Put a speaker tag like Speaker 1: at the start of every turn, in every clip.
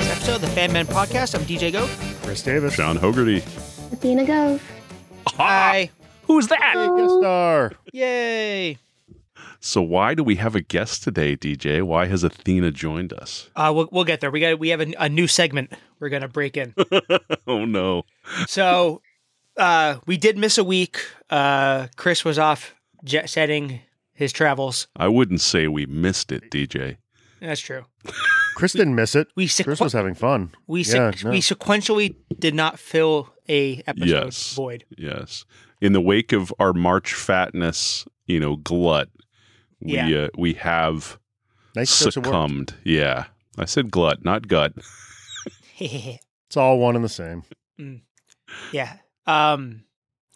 Speaker 1: Mad Men Podcast. I'm DJ Go.
Speaker 2: Chris Davis.
Speaker 3: Sean Hogarty.
Speaker 4: Athena Gove.
Speaker 1: Hi.
Speaker 3: Who's that?
Speaker 2: Hey, guest star.
Speaker 1: Yay.
Speaker 3: So why do we have a guest today, DJ? Why has Athena joined us?
Speaker 1: Uh, we'll, we'll get there. We got we have a, a new segment we're gonna break in.
Speaker 3: Oh no.
Speaker 1: so uh, we did miss a week. Uh, Chris was off jet setting his travels.
Speaker 3: I wouldn't say we missed it, DJ.
Speaker 1: That's true.
Speaker 2: Chris didn't miss it.
Speaker 1: We sequ-
Speaker 2: Chris was having fun.
Speaker 1: we
Speaker 2: Yeah,
Speaker 1: sequ-
Speaker 2: no.
Speaker 1: we sequentially did not fill a episode
Speaker 3: Yes.
Speaker 1: void.
Speaker 3: Yes. In the wake of our March fatness, you know, glut, we
Speaker 1: Yeah.
Speaker 3: uh, we have
Speaker 2: Nice choice of word.
Speaker 3: succumbed. Yeah. I said glut, not gut.
Speaker 2: It's all one and the same.
Speaker 1: yeah. Um,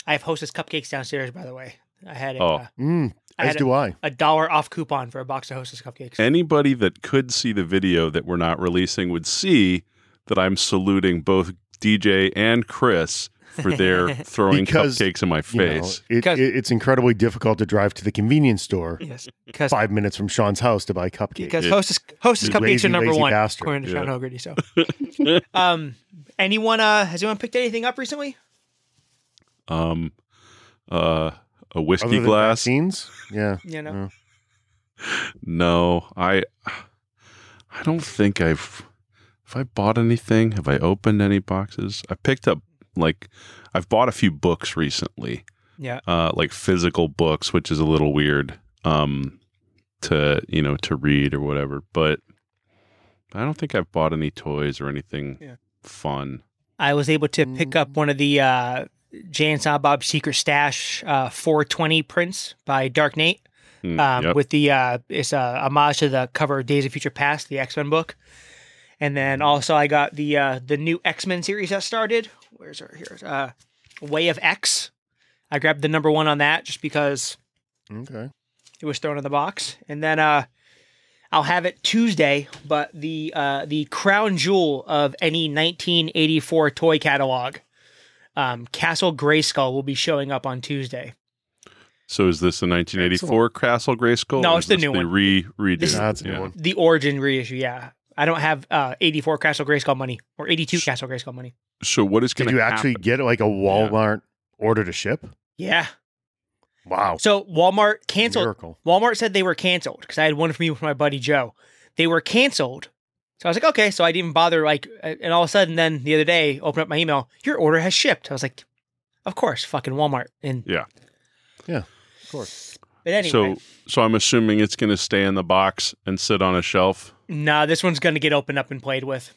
Speaker 1: I have Hostess cupcakes downstairs. By the way, I had a,
Speaker 3: Oh.
Speaker 1: uh,
Speaker 2: Mm,
Speaker 1: I
Speaker 2: as
Speaker 1: had a,
Speaker 2: do I.
Speaker 1: a dollar off coupon for a box of Hostess cupcakes.
Speaker 3: Anybody that could see the video that we're not releasing would see that I'm saluting both DJ and Chris for their throwing
Speaker 2: Because,
Speaker 3: cupcakes in my
Speaker 2: You know,
Speaker 3: face.
Speaker 2: it,
Speaker 1: Cause-
Speaker 2: it- it's incredibly difficult to drive to the convenience store
Speaker 1: yes, because
Speaker 2: five minutes from Sean's house to buy cupcakes.
Speaker 1: because
Speaker 3: Yeah.
Speaker 1: hostess hostess
Speaker 2: You
Speaker 1: cupcakes
Speaker 2: lazy,
Speaker 1: are number
Speaker 2: lazy
Speaker 1: one
Speaker 2: bastard.
Speaker 1: according to Sean
Speaker 3: Yeah.
Speaker 1: Hogarty. So, um, anyone uh, has anyone picked anything up recently?
Speaker 3: um uh a
Speaker 2: Other
Speaker 3: whiskey
Speaker 2: than
Speaker 3: glass
Speaker 2: vaccines? Yeah.
Speaker 1: You know,
Speaker 2: No.
Speaker 3: no i i don't think i've have i bought anything have i opened any boxes i picked up like i've bought a few books recently
Speaker 1: yeah.
Speaker 3: uh like physical books which is a little weird um to you know to read or whatever but i don't think i've bought any toys or anything
Speaker 1: Yeah.
Speaker 3: fun
Speaker 1: I was able to pick up one of the uh, Jay and Silent Bob Secret Stash uh, 420 prints by Dark Nate.
Speaker 3: Mm,
Speaker 1: Um,
Speaker 3: yep.
Speaker 1: With the uh, it's a homage to the cover of Days of Future Past, the X Men book, and then also I got the uh, the new X Men series that started. Where's our here? Uh, Way of X. I grabbed the number one on that just because
Speaker 2: Okay.
Speaker 1: it was thrown in the box and then uh i'll have it tuesday but the uh the crown jewel of any 1984 toy catalog um castle grayskull will be showing up on tuesday
Speaker 3: so is this the 1984 castle gray skull
Speaker 1: No, it's the new
Speaker 3: they
Speaker 1: one.
Speaker 3: re redo
Speaker 1: This-
Speaker 2: That's a good
Speaker 3: Yeah.
Speaker 2: one.
Speaker 1: the origin reissue yeah i don't have uh 84 castle grayskull money or 82 castle grayskull money
Speaker 3: So what is going
Speaker 2: Did
Speaker 3: to
Speaker 2: you actually
Speaker 3: happen?
Speaker 2: get like a Walmart order to ship?
Speaker 1: yeah
Speaker 2: Wow.
Speaker 1: so walmart canceled
Speaker 2: Miracle.
Speaker 1: Walmart said they were canceled because I had one for me with my buddy Joe. They were canceled. So I was like, okay. So I didn't even bother. Like, uh, and all of a sudden, then the other day, open up my email. Your order has shipped. I was like, of course, fucking Walmart. And
Speaker 3: Yeah.
Speaker 2: Yeah, of course.
Speaker 1: But anyway,
Speaker 3: So so I'm assuming it's going to stay in the box and sit on a shelf.
Speaker 1: nah, this one's gonna get opened up and played with.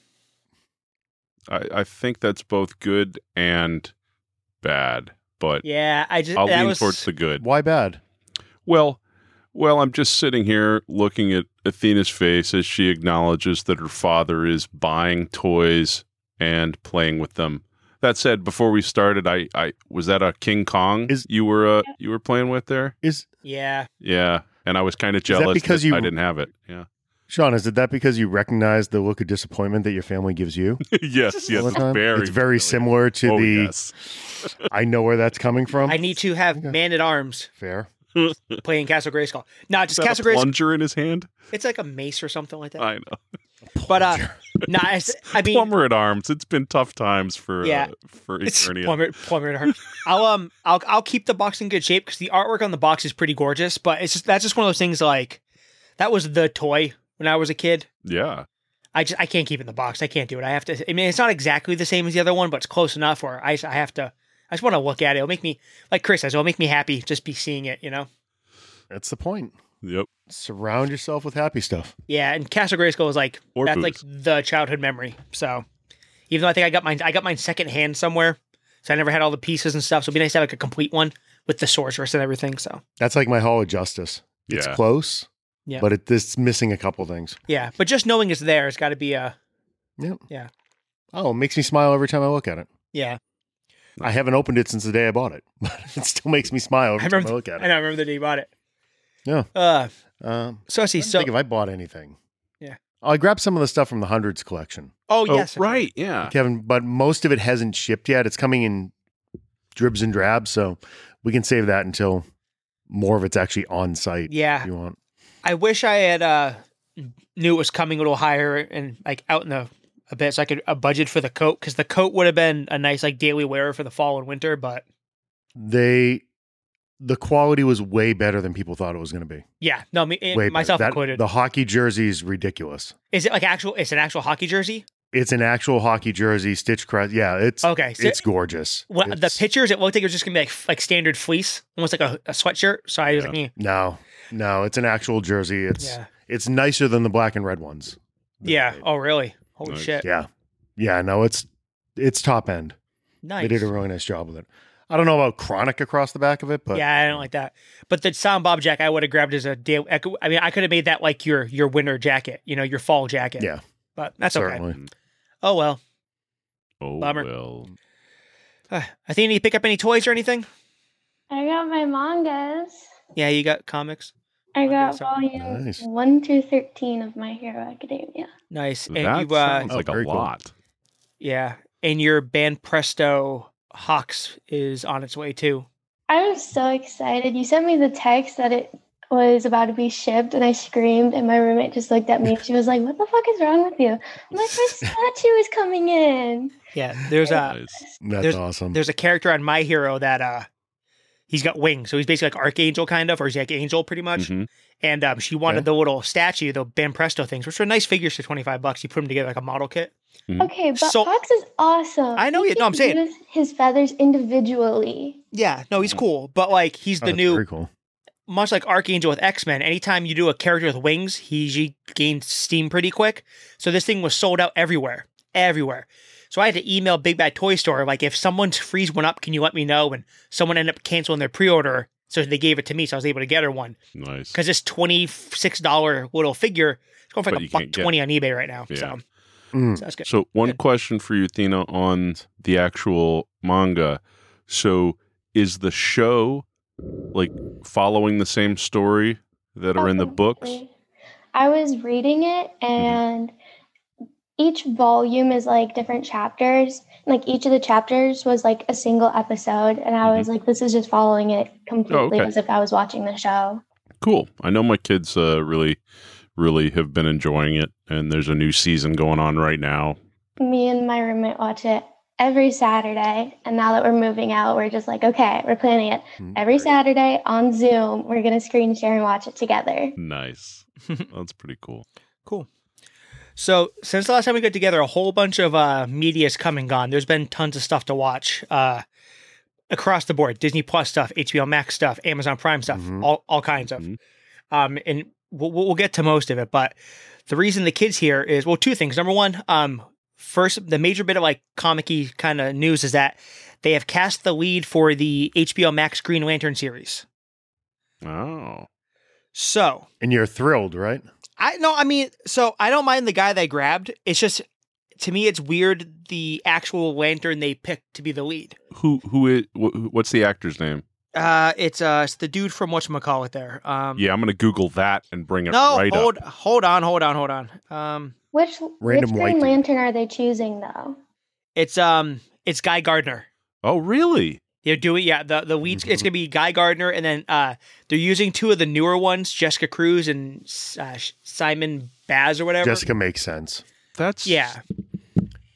Speaker 3: I, I think that's both good and bad, but
Speaker 1: Yeah, I just
Speaker 3: I'll
Speaker 1: that
Speaker 3: lean
Speaker 1: was
Speaker 3: towards the good.
Speaker 2: Why bad?
Speaker 3: Well, well, I'm just sitting here looking at Athena's face as she acknowledges that her father is buying toys and playing with them. That said, before we started, I, I was that a King Kong
Speaker 2: Is-
Speaker 3: you were uh, you were playing with there?
Speaker 2: Is
Speaker 1: yeah.
Speaker 3: Yeah, and I was kind of jealous
Speaker 2: because
Speaker 3: that
Speaker 2: you-
Speaker 3: I didn't have it. Yeah.
Speaker 2: Sean, is it that because you recognize the look of disappointment that your family gives you?
Speaker 3: yes, yes,
Speaker 2: all the
Speaker 3: it's
Speaker 2: time?
Speaker 3: very,
Speaker 2: it's very similar to
Speaker 3: Oh,
Speaker 2: the
Speaker 3: yes.
Speaker 2: I know where that's coming from.
Speaker 1: I need to have man at arms
Speaker 2: Fair.
Speaker 1: playing Castle Grayskull. Nah,
Speaker 3: Is
Speaker 1: just
Speaker 3: that a
Speaker 1: Castle Grayskull.
Speaker 3: plunger in his hand.
Speaker 1: It's like a mace or something like that.
Speaker 3: I know.
Speaker 1: but uh, nah, it's, I mean,
Speaker 3: plumber at arms. It's been tough times for
Speaker 1: Yeah.
Speaker 3: uh, for
Speaker 1: It's
Speaker 3: Eternia.
Speaker 1: plumber, plumber at heart. I'll um, I'll I'll keep the box in good shape because the artwork on the box is pretty gorgeous. But it's just that's just one of those things like that was the toy when I was a kid.
Speaker 3: Yeah,
Speaker 1: I just I can't keep it in the box. I can't do it. I have to. I mean, it's not exactly the same as the other one, but it's close enough. Where I just- I have to. I just want to look at it. It'll make me like Chris says. It'll make me happy just be seeing it. You know.
Speaker 2: That's the point.
Speaker 3: yep.
Speaker 2: Surround yourself with happy stuff.
Speaker 1: Yeah, and Castle Grayskull is like
Speaker 3: Or
Speaker 1: that's
Speaker 3: booze.
Speaker 1: like the childhood memory. So even though I think I got mine, I got mine secondhand somewhere. So I never had all the pieces and stuff. So it'd be nice to have like a complete one with the sorceress and everything. So.
Speaker 2: That's like my Hall of Justice. It's
Speaker 3: Yeah.
Speaker 2: close,
Speaker 1: Yeah.
Speaker 2: but it, it's missing a couple things.
Speaker 1: Yeah, but just knowing it's there, it's got to be a
Speaker 2: Yep.
Speaker 1: Yeah.
Speaker 2: Oh, it makes me smile every time I look at it.
Speaker 1: yeah.
Speaker 2: I haven't opened it since the day I bought it, but it still makes me smile every
Speaker 1: I
Speaker 2: time I
Speaker 1: remember-
Speaker 2: look at
Speaker 1: And I remember the day you bought it.
Speaker 2: Yeah.
Speaker 1: Uh,
Speaker 2: it. Um,
Speaker 1: so I see.
Speaker 2: I don't
Speaker 1: So
Speaker 2: think if I bought anything.
Speaker 1: Yeah.
Speaker 2: Oh, I grabbed some of the stuff from the Hundreds collection,
Speaker 1: oh yes,
Speaker 3: right. Yeah.
Speaker 2: Kevin, but most of it hasn't shipped yet. It's coming in dribs and drabs, so we can save that until more of it's actually on site.
Speaker 1: Yeah,
Speaker 2: If you want?
Speaker 1: I wish I had uh knew it was coming a little higher and like out in the a bit so I could a budget for the coat because the coat would have been a nice like daily wearer for the fall and winter, but
Speaker 2: They, the quality was way better than people thought it was going to be.
Speaker 1: yeah, no, me and
Speaker 2: Way better.
Speaker 1: myself
Speaker 2: That-
Speaker 1: included.
Speaker 2: The hockey jersey is ridiculous.
Speaker 1: is it like actual? It's an actual hockey jersey.
Speaker 2: It's an actual hockey jersey, stitch cross. Yeah, it's
Speaker 1: Okay, so
Speaker 2: it's gorgeous.
Speaker 1: when- the
Speaker 2: It's-
Speaker 1: pictures it looked like it was just gonna be like f- like standard fleece, almost like a, a sweatshirt. So I was
Speaker 3: Yeah.
Speaker 1: like, eh.
Speaker 2: No, no, it's an actual jersey. It's
Speaker 1: yeah,
Speaker 2: it's nicer than the black and red ones.
Speaker 1: yeah. Oh, really? Holy
Speaker 3: Nice.
Speaker 1: shit!
Speaker 2: Yeah, yeah. No, it's it's top end.
Speaker 1: Nice.
Speaker 2: They did a really nice job with it. I don't know about chronic across the back of it, but
Speaker 1: yeah, I don't like that. But the sound bob jack I would have grabbed as a day. I could- I mean, I could have made that like your your winter jacket, you know, your fall jacket.
Speaker 2: Yeah.
Speaker 1: but that's okay.
Speaker 2: certainly.
Speaker 1: Oh well.
Speaker 3: Oh
Speaker 1: Bummer.
Speaker 3: well.
Speaker 1: Uh, Athena, you pick up any toys or anything?
Speaker 4: I got my mangas.
Speaker 1: Yeah, you got comics.
Speaker 4: I
Speaker 1: Mangas
Speaker 4: got
Speaker 1: are
Speaker 4: volume
Speaker 2: nice.
Speaker 4: 1 through 13 of My Hero Academia.
Speaker 1: Nice. And
Speaker 3: That
Speaker 1: you uh
Speaker 3: sounds
Speaker 2: Oh,
Speaker 3: like a
Speaker 2: very cool.
Speaker 3: lot.
Speaker 1: yeah, and your band Presto Hawks is on its way too.
Speaker 4: I was so excited. You sent me the text that it was about to be shipped, and I screamed, and my roommate just looked at me. and She was like, What the fuck is wrong with you? My first statue is coming in.
Speaker 1: Yeah, there's a
Speaker 3: Nice.
Speaker 2: That's awesome.
Speaker 1: there's a character on My Hero that uh he's got wings, so he's basically like archangel kind of, or he's like angel pretty much.
Speaker 3: Mhm.
Speaker 1: And um, she wanted
Speaker 2: Okay.
Speaker 1: the little statue, the band Presto things, which were nice figures for twenty five bucks. You put them together like a model kit.
Speaker 4: Okay, but
Speaker 1: So-
Speaker 4: Fox is awesome.
Speaker 1: I know
Speaker 4: He
Speaker 1: you- no, I'm
Speaker 4: can
Speaker 1: saying-
Speaker 4: use his feathers individually.
Speaker 1: Yeah, no, he's cool, but like he's
Speaker 2: Oh,
Speaker 1: the
Speaker 2: that's
Speaker 1: new
Speaker 2: Very cool.
Speaker 1: much like Archangel with X Men, anytime you do a character with wings, he usually gains steam pretty quick. So this thing was sold out everywhere, everywhere. So I had to email Big Bad Toy Store like, if someone's frees one up, can you let me know? And someone ended up canceling their pre-order, so they gave it to me, so I was able to get her one
Speaker 3: Nice.
Speaker 1: because this twenty-six dollar little figure it's going for like
Speaker 3: But you
Speaker 1: a buck
Speaker 3: can't get-
Speaker 1: twenty on eBay right now.
Speaker 3: Yeah.
Speaker 1: So,
Speaker 2: Mm.
Speaker 1: so that's good.
Speaker 3: So one
Speaker 1: Good.
Speaker 3: question for you, Athena, on the actual manga. So is the show like following the same story that are in the books? Mm-hmm.
Speaker 4: Absolutely. I was reading it, and each volume is like different chapters. and, Like each of the chapters was like a single episode, and I was like, "This is just following it completely
Speaker 3: Mm-hmm. Oh, okay.
Speaker 4: as if I was watching the show."
Speaker 3: Cool. I know my kids uh, really, really have been enjoying it, and there's a new season going on right now.
Speaker 4: Me and my roommate watch it every Saturday, and now that we're moving out, we're just like, "Okay, we're planning it
Speaker 2: Mm,
Speaker 4: every
Speaker 2: great.
Speaker 4: Saturday on Zoom. We're gonna screen share and watch it together."
Speaker 3: Nice. That's pretty cool.
Speaker 1: Cool. So since the last time we got together, a whole bunch of uh, media's come and gone. There's been tons of stuff to watch uh, across the board: Disney Plus stuff, HBO Max stuff, Amazon Prime stuff,
Speaker 2: Mhm.
Speaker 1: all all kinds of.
Speaker 3: Mhm.
Speaker 1: Um, and we'll, we'll we'll get to most of it, but the reason the kids here is well, two things. Number one, um, first the major bit of like comic-y kind of news is that they have cast the lead for the HBO Max Green Lantern series.
Speaker 3: Oh,
Speaker 1: So
Speaker 2: And you're thrilled, right?
Speaker 1: I no, I mean, so I don't mind the guy they grabbed. It's just to me, it's weird the actual lantern they picked to be the lead.
Speaker 3: who who is wh- what's the actor's name?
Speaker 1: Uh, it's uh, it's the dude from whatchamacallit there. Um,
Speaker 3: Yeah, I'm gonna Google that and bring it
Speaker 1: No,
Speaker 3: right
Speaker 1: hold,
Speaker 3: up.
Speaker 1: hold on, hold on, hold on. Um,
Speaker 4: Which
Speaker 2: Random
Speaker 4: which
Speaker 2: white
Speaker 4: Green
Speaker 2: dude.
Speaker 4: Lantern are they choosing though?
Speaker 1: it's um, it's Guy Gardner.
Speaker 3: Oh, really?
Speaker 1: They're doing yeah. The the lead
Speaker 3: Mm-hmm.
Speaker 1: it's gonna be Guy Gardner, and then uh, they're using two of the newer ones, Jessica Cruz and uh, Simon Baz or whatever.
Speaker 2: Jessica makes sense.
Speaker 3: That's
Speaker 1: Yeah,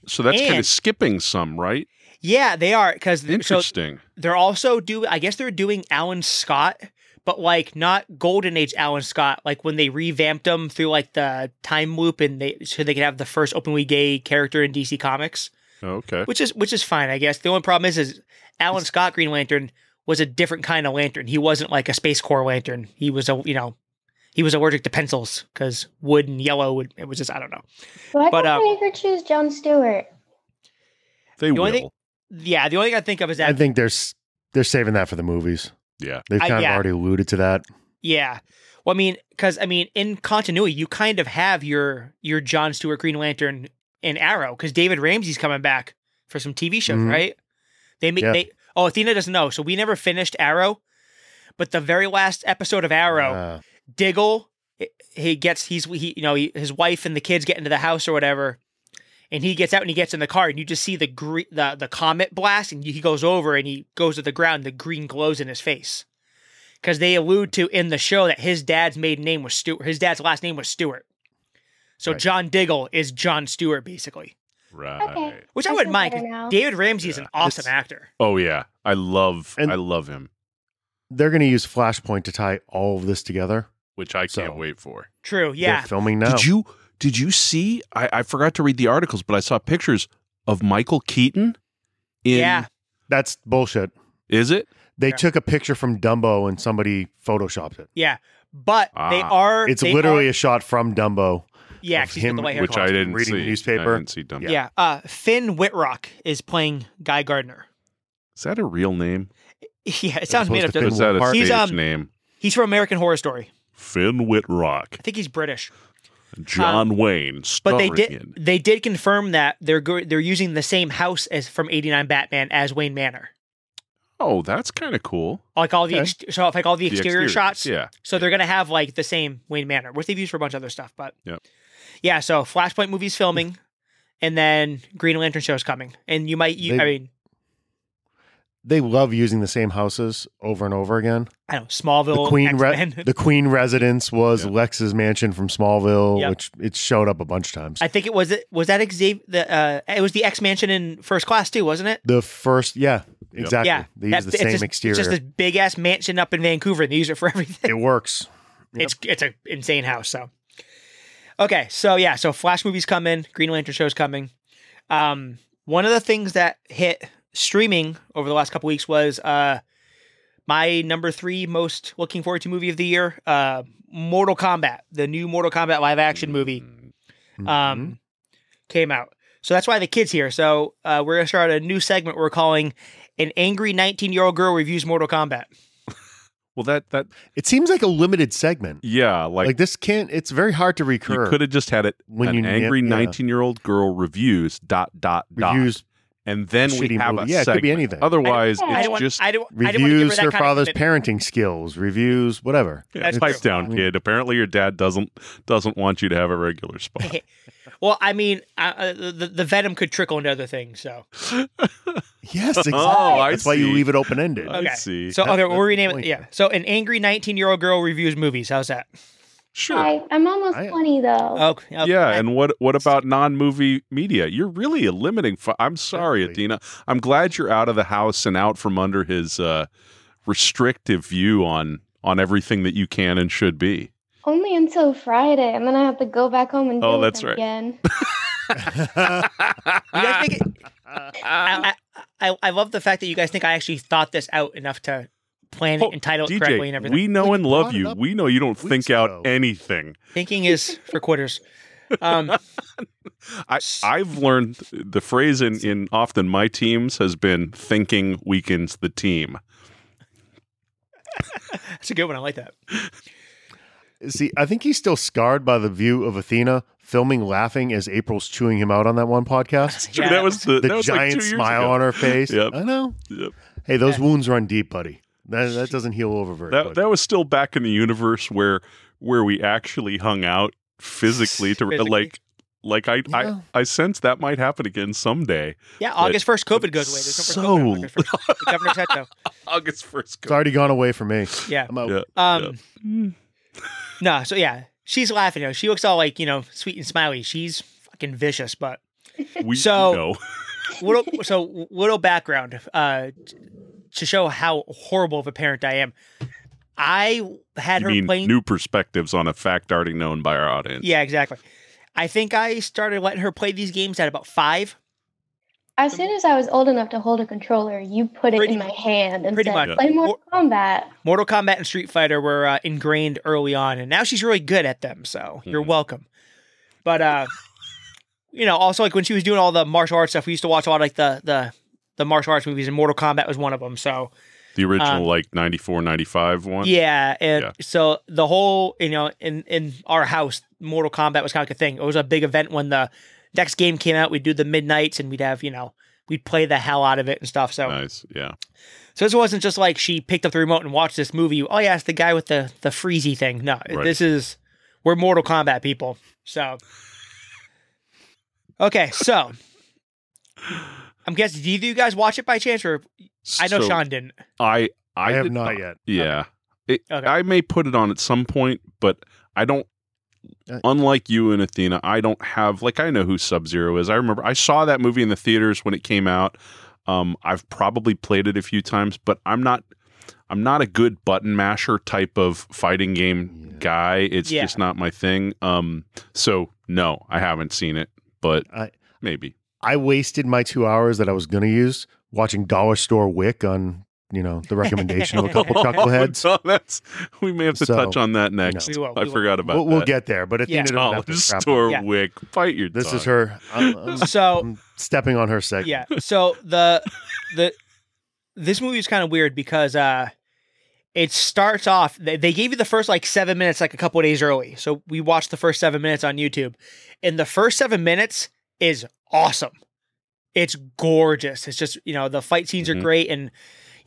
Speaker 3: So that's kind
Speaker 1: And-
Speaker 3: of skipping some, right?
Speaker 1: yeah, they are because so
Speaker 3: Interesting.
Speaker 1: they're also doing i guess they're doing alan scott but like not golden age alan scott like when they revamped them through like the time loop and they so they could have the first openly gay character in dc comics
Speaker 3: okay.
Speaker 1: which is which is fine i guess the only problem is is alan scott green lantern was a different kind of lantern he wasn't like a space core lantern he was a you know he was allergic to pencils because wood and yellow would it was just i don't know
Speaker 4: Why
Speaker 1: But,
Speaker 4: don't
Speaker 3: uh,
Speaker 1: um,
Speaker 4: they ever choose John Stewart?
Speaker 3: They
Speaker 1: the
Speaker 3: will.
Speaker 1: only thing- yeah the only thing i think of is
Speaker 2: I
Speaker 1: that
Speaker 2: think they're s- they're saving that for the movies.
Speaker 3: yeah.
Speaker 2: They've
Speaker 1: I-
Speaker 2: kind
Speaker 1: yeah.
Speaker 2: of already alluded to that.
Speaker 1: Yeah. Well, I mean, because I mean, in continuity, you kind of have your your John Stewart Green Lantern and Arrow because David Ramsey's coming back for some TV shows,
Speaker 2: Mhm.
Speaker 1: right? They make
Speaker 2: Yeah.
Speaker 1: they. Oh, Athena doesn't know, so we never finished Arrow, but the very last episode of Arrow,
Speaker 2: Uh,
Speaker 1: Diggle, i- he gets he's he you know he, his wife and the kids get into the house or whatever, and he gets out and he gets in the car and you just see the gre- the the comet blast and he goes over and he goes to the ground. The green glows in his face because they allude to in the show that his dad's maiden name was Stewart. His dad's last name was Stewart, so
Speaker 2: Right.
Speaker 1: John Diggle is John Stewart basically.
Speaker 3: Right.
Speaker 4: Okay.
Speaker 1: which I
Speaker 4: I
Speaker 1: wouldn't
Speaker 4: feel
Speaker 1: mind.
Speaker 4: better
Speaker 1: 'cause
Speaker 4: now.
Speaker 1: David Ramsey is an
Speaker 3: Yeah.
Speaker 1: awesome
Speaker 2: It's-
Speaker 1: actor.
Speaker 3: Oh yeah, I love
Speaker 2: And-
Speaker 3: I love him,
Speaker 2: They're going to use Flashpoint to tie all of this together.
Speaker 3: which I can't
Speaker 2: So-
Speaker 3: wait for.
Speaker 1: True.
Speaker 2: They're
Speaker 1: Yeah.
Speaker 2: filming now.
Speaker 3: Did you did you see? I, I forgot to read the articles, but I saw pictures of Michael Keaton. In,
Speaker 1: Yeah.
Speaker 2: That's bullshit.
Speaker 3: Is it?
Speaker 2: They
Speaker 1: Yeah.
Speaker 2: took a picture from Dumbo and somebody photoshopped it.
Speaker 1: Yeah. But they
Speaker 3: Ah.
Speaker 1: are.
Speaker 2: It's
Speaker 1: they
Speaker 2: literally
Speaker 1: Are,
Speaker 2: a shot from Dumbo.
Speaker 1: yeah.
Speaker 2: of
Speaker 1: 'cause he's got
Speaker 2: him,
Speaker 1: the white hair.
Speaker 3: Which I
Speaker 2: Costume,
Speaker 3: didn't
Speaker 2: reading
Speaker 3: see.
Speaker 2: the newspaper.
Speaker 3: I didn't see Dumbo.
Speaker 1: yeah. Uh, Finn Whitrock is playing Guy Gardner.
Speaker 3: Is that a real name?
Speaker 1: Yeah. It sounds made up.
Speaker 2: opposed
Speaker 1: doesn't
Speaker 2: to Finn
Speaker 1: it?
Speaker 3: Is that a
Speaker 2: Wolfhard.
Speaker 3: stage
Speaker 1: He's, um,
Speaker 3: name?
Speaker 1: He's from American Horror Story.
Speaker 3: Finn Whitrock,
Speaker 1: I think he's British.
Speaker 3: John Wayne,
Speaker 1: Um, But they
Speaker 3: starring
Speaker 1: did.
Speaker 3: in-
Speaker 1: They did confirm that they're go- they're using the same house as from '89 Batman as Wayne Manor.
Speaker 3: Oh, that's kind of cool.
Speaker 1: Like all the
Speaker 2: Okay.
Speaker 1: ex- so like all the, exterior,
Speaker 3: exteriors,
Speaker 1: shots.
Speaker 3: Yeah.
Speaker 1: So they're gonna have like the same Wayne Manor, which they've used for a bunch of other stuff. But
Speaker 3: Yep.
Speaker 1: yeah, so Flashpoint movie's filming, and then Green Lantern show's coming, and you might. You,
Speaker 2: They-
Speaker 1: I mean,
Speaker 2: They love using the same houses over and over again.
Speaker 1: I don't know, Smallville,
Speaker 2: the Queen re-
Speaker 1: X-Men.
Speaker 2: the Queen residence was
Speaker 3: Yeah.
Speaker 2: Lex's mansion from Smallville,
Speaker 1: Yeah.
Speaker 2: which it showed up a bunch of times.
Speaker 1: I think it was it was that Xavier. The uh, it was the X Mansion in First Class too, wasn't it?
Speaker 2: the first, yeah,
Speaker 3: Yep.
Speaker 2: exactly.
Speaker 1: Yeah,
Speaker 2: They use
Speaker 1: That-
Speaker 2: the
Speaker 1: it's
Speaker 2: same
Speaker 1: just,
Speaker 2: exterior.
Speaker 1: It's just this big ass mansion up in Vancouver, and they use it for everything.
Speaker 2: it works. Yep.
Speaker 1: It's it's an insane house. So okay, so yeah, so Flash movies coming, Green Lantern show's coming. Um, one of the things that hit streaming over the last couple weeks was uh my number three most looking forward to movie of the year, uh, Mortal Kombat, the new Mortal Kombat live action movie
Speaker 3: Mm,
Speaker 2: Mhm.
Speaker 1: um, came out. So that's why the kids here. So uh, we're gonna start a new segment we're calling "An Angry 19 Year Old Girl Reviews Mortal Kombat."
Speaker 3: Well, that that
Speaker 2: it seems like a limited segment.
Speaker 3: yeah,
Speaker 2: Like,
Speaker 3: like,
Speaker 2: this can't. It's very hard to
Speaker 3: you
Speaker 2: recur.
Speaker 3: could have just had it
Speaker 2: When
Speaker 3: an
Speaker 2: you nip-
Speaker 3: angry
Speaker 2: yeah.
Speaker 3: nineteen-year-old girl reviews dot dot dot,
Speaker 2: Reviews
Speaker 3: and then we
Speaker 2: shitty
Speaker 3: have
Speaker 2: movie.
Speaker 3: a
Speaker 2: Yeah, it could be
Speaker 3: segment.
Speaker 2: anything.
Speaker 3: Otherwise,
Speaker 4: I don't-
Speaker 1: I
Speaker 3: it's
Speaker 1: don't want.
Speaker 3: just
Speaker 1: I don't. I don't want to give her
Speaker 2: reviews
Speaker 1: that
Speaker 2: their
Speaker 1: kind of
Speaker 2: father's
Speaker 1: commitment.
Speaker 2: parenting skills, reviews whatever.
Speaker 3: yeah,
Speaker 1: That's
Speaker 3: pipe
Speaker 1: true.
Speaker 3: down, kid. Apparently, your dad doesn't doesn't want you to have a regular spot.
Speaker 1: Well, I mean, uh, uh, the the venom could trickle into other things. So
Speaker 2: Yes, exactly.
Speaker 3: Oh, I
Speaker 2: That's why you
Speaker 3: see.
Speaker 2: leave it open ended.
Speaker 3: I
Speaker 1: okay.
Speaker 3: see.
Speaker 1: So
Speaker 2: That-
Speaker 1: okay,
Speaker 2: that's
Speaker 1: we'll
Speaker 2: the
Speaker 1: rename it.
Speaker 2: point.
Speaker 1: Yeah. So an angry nineteen-year-old girl reviews movies. How's that?
Speaker 3: sure.
Speaker 4: I, I'm almost
Speaker 2: I-
Speaker 4: 20 though.
Speaker 1: Oh, okay.
Speaker 3: yeah, and what what about non-movie media? You're really a limiting. F- I'm sorry,
Speaker 2: Exactly.
Speaker 3: Adina. I'm glad you're out of the house and out from under his uh, restrictive view on on everything that you can and should be.
Speaker 4: Only until Friday, and then I have to go back home and
Speaker 3: Oh,
Speaker 4: deal with
Speaker 3: that's
Speaker 4: them
Speaker 3: right.
Speaker 4: again.
Speaker 1: you guys think it, I, I, I I love the fact that you guys think I actually thought this out enough to plan
Speaker 3: Oh,
Speaker 1: it and title it correctly and
Speaker 3: DJ,
Speaker 1: everything.
Speaker 3: we know
Speaker 2: We
Speaker 3: and love
Speaker 2: brought it
Speaker 3: you.
Speaker 2: up
Speaker 3: We know you don't
Speaker 2: weeks
Speaker 3: think out
Speaker 2: ago.
Speaker 3: anything.
Speaker 1: Thinking is for quitters. Um,
Speaker 3: I, I've learned the phrase in, in often my teams has been thinking weakens the team.
Speaker 1: that's a good one. I like that.
Speaker 2: See, I think he's still scarred by the view of Athena filming laughing as April's chewing him out on that one podcast.
Speaker 3: True,
Speaker 1: Yeah.
Speaker 3: that was the,
Speaker 2: The
Speaker 3: that was like
Speaker 2: giant
Speaker 3: two years
Speaker 2: smile
Speaker 3: ago.
Speaker 2: on her face.
Speaker 3: Yep.
Speaker 2: I know.
Speaker 3: Yep.
Speaker 2: Hey, those
Speaker 1: Yeah.
Speaker 2: wounds run deep, buddy. That, that doesn't heal over very
Speaker 3: that,
Speaker 2: quick.
Speaker 3: that was still back in the universe where where we actually hung out physically to
Speaker 1: Physically.
Speaker 3: like like I,
Speaker 2: Yeah.
Speaker 3: I I sense that might happen again someday.
Speaker 1: Yeah, August first, COVID goes away. There's no first COVID on August 1st. The governor said so.
Speaker 3: August first.
Speaker 2: it's already gone away for me.
Speaker 1: Yeah.
Speaker 2: I'm out.
Speaker 3: Yeah.
Speaker 1: Um,
Speaker 3: Mm.
Speaker 1: No, so yeah, she's laughing. You know, she looks all like you know, sweet and smiley. She's fucking vicious, but
Speaker 3: We
Speaker 1: So-
Speaker 3: know.
Speaker 1: little so little background uh, t- to show how horrible of a parent I am. I had
Speaker 3: You
Speaker 1: her
Speaker 3: mean
Speaker 1: playing.
Speaker 3: new perspectives on a fact already known by our audience.
Speaker 1: yeah, exactly. I think I started letting her play these games at about five,
Speaker 4: As soon as I was old enough to hold a controller, you put it
Speaker 1: Pretty-
Speaker 4: in my hand and
Speaker 1: pretty
Speaker 4: said,
Speaker 1: much.
Speaker 4: "Play Mortal Kombat."
Speaker 1: Mortal Kombat and Street Fighter were uh, ingrained early on, and now she's really good at them. So you're
Speaker 3: Mhm.
Speaker 1: welcome. But uh, you know, also like when she was doing all the martial arts stuff, we used to watch a lot of, like the the the martial arts movies, and Mortal Kombat was one of them. So
Speaker 3: The original
Speaker 1: Um,
Speaker 3: like 94, 95 one.
Speaker 1: yeah, and
Speaker 3: Yeah.
Speaker 1: so the whole you know in in our house, Mortal Kombat was kind of like a thing. It was a big event when the next game came out. We'd do the midnights, and we'd have you know we'd play the hell out of it and stuff. So
Speaker 3: Nice. Yeah.
Speaker 1: So this wasn't just like she picked up the remote and watched this movie. Oh yeah, it's the guy with the the freezy thing. No,
Speaker 3: Right.
Speaker 1: this is we're Mortal Kombat people. So okay, so I'm guessing did either you guys watch it by chance or I know
Speaker 3: So
Speaker 1: Sean didn't.
Speaker 3: I I,
Speaker 2: I have
Speaker 3: did
Speaker 2: not yet.
Speaker 3: Yeah. It,
Speaker 1: Okay.
Speaker 3: I may put it on at some point, but I don't
Speaker 2: Uh,
Speaker 3: unlike you and Athena, I don't have like I know who Sub Zero is. I remember I saw that movie in the theaters when it came out. Um, I've probably played it a few times, but I'm not I'm not a good button masher type of fighting game
Speaker 2: Yeah.
Speaker 3: guy. It's
Speaker 1: Yeah.
Speaker 3: just not my thing. Um, so no, I haven't seen it, but
Speaker 2: I-
Speaker 3: maybe.
Speaker 2: I wasted my two hours that I was going to use watching Dollar Store Wick on, you know, the recommendation of a couple chuckleheads.
Speaker 3: So that's we may have to
Speaker 2: So,
Speaker 3: touch on that next.
Speaker 1: We will, we
Speaker 3: I
Speaker 1: will.
Speaker 3: forgot about
Speaker 2: We'll, we'll
Speaker 3: that.
Speaker 2: get there, but Athena
Speaker 1: Yeah.
Speaker 2: didn't have
Speaker 3: Dollar
Speaker 2: to crap.
Speaker 3: store
Speaker 1: Yeah.
Speaker 3: wick. Fight your.
Speaker 2: This
Speaker 3: dog.
Speaker 2: is her. I'm, I'm-
Speaker 1: So
Speaker 2: I'm stepping on her segment.
Speaker 1: yeah so the the this movie is kind of weird because uh it starts off they they gave you the first like seven minutes like a couple days early so we watched the first seven minutes on youtube and the first seven minutes is awesome it's gorgeous it's just you know the fight scenes
Speaker 3: Mhm.
Speaker 1: are great and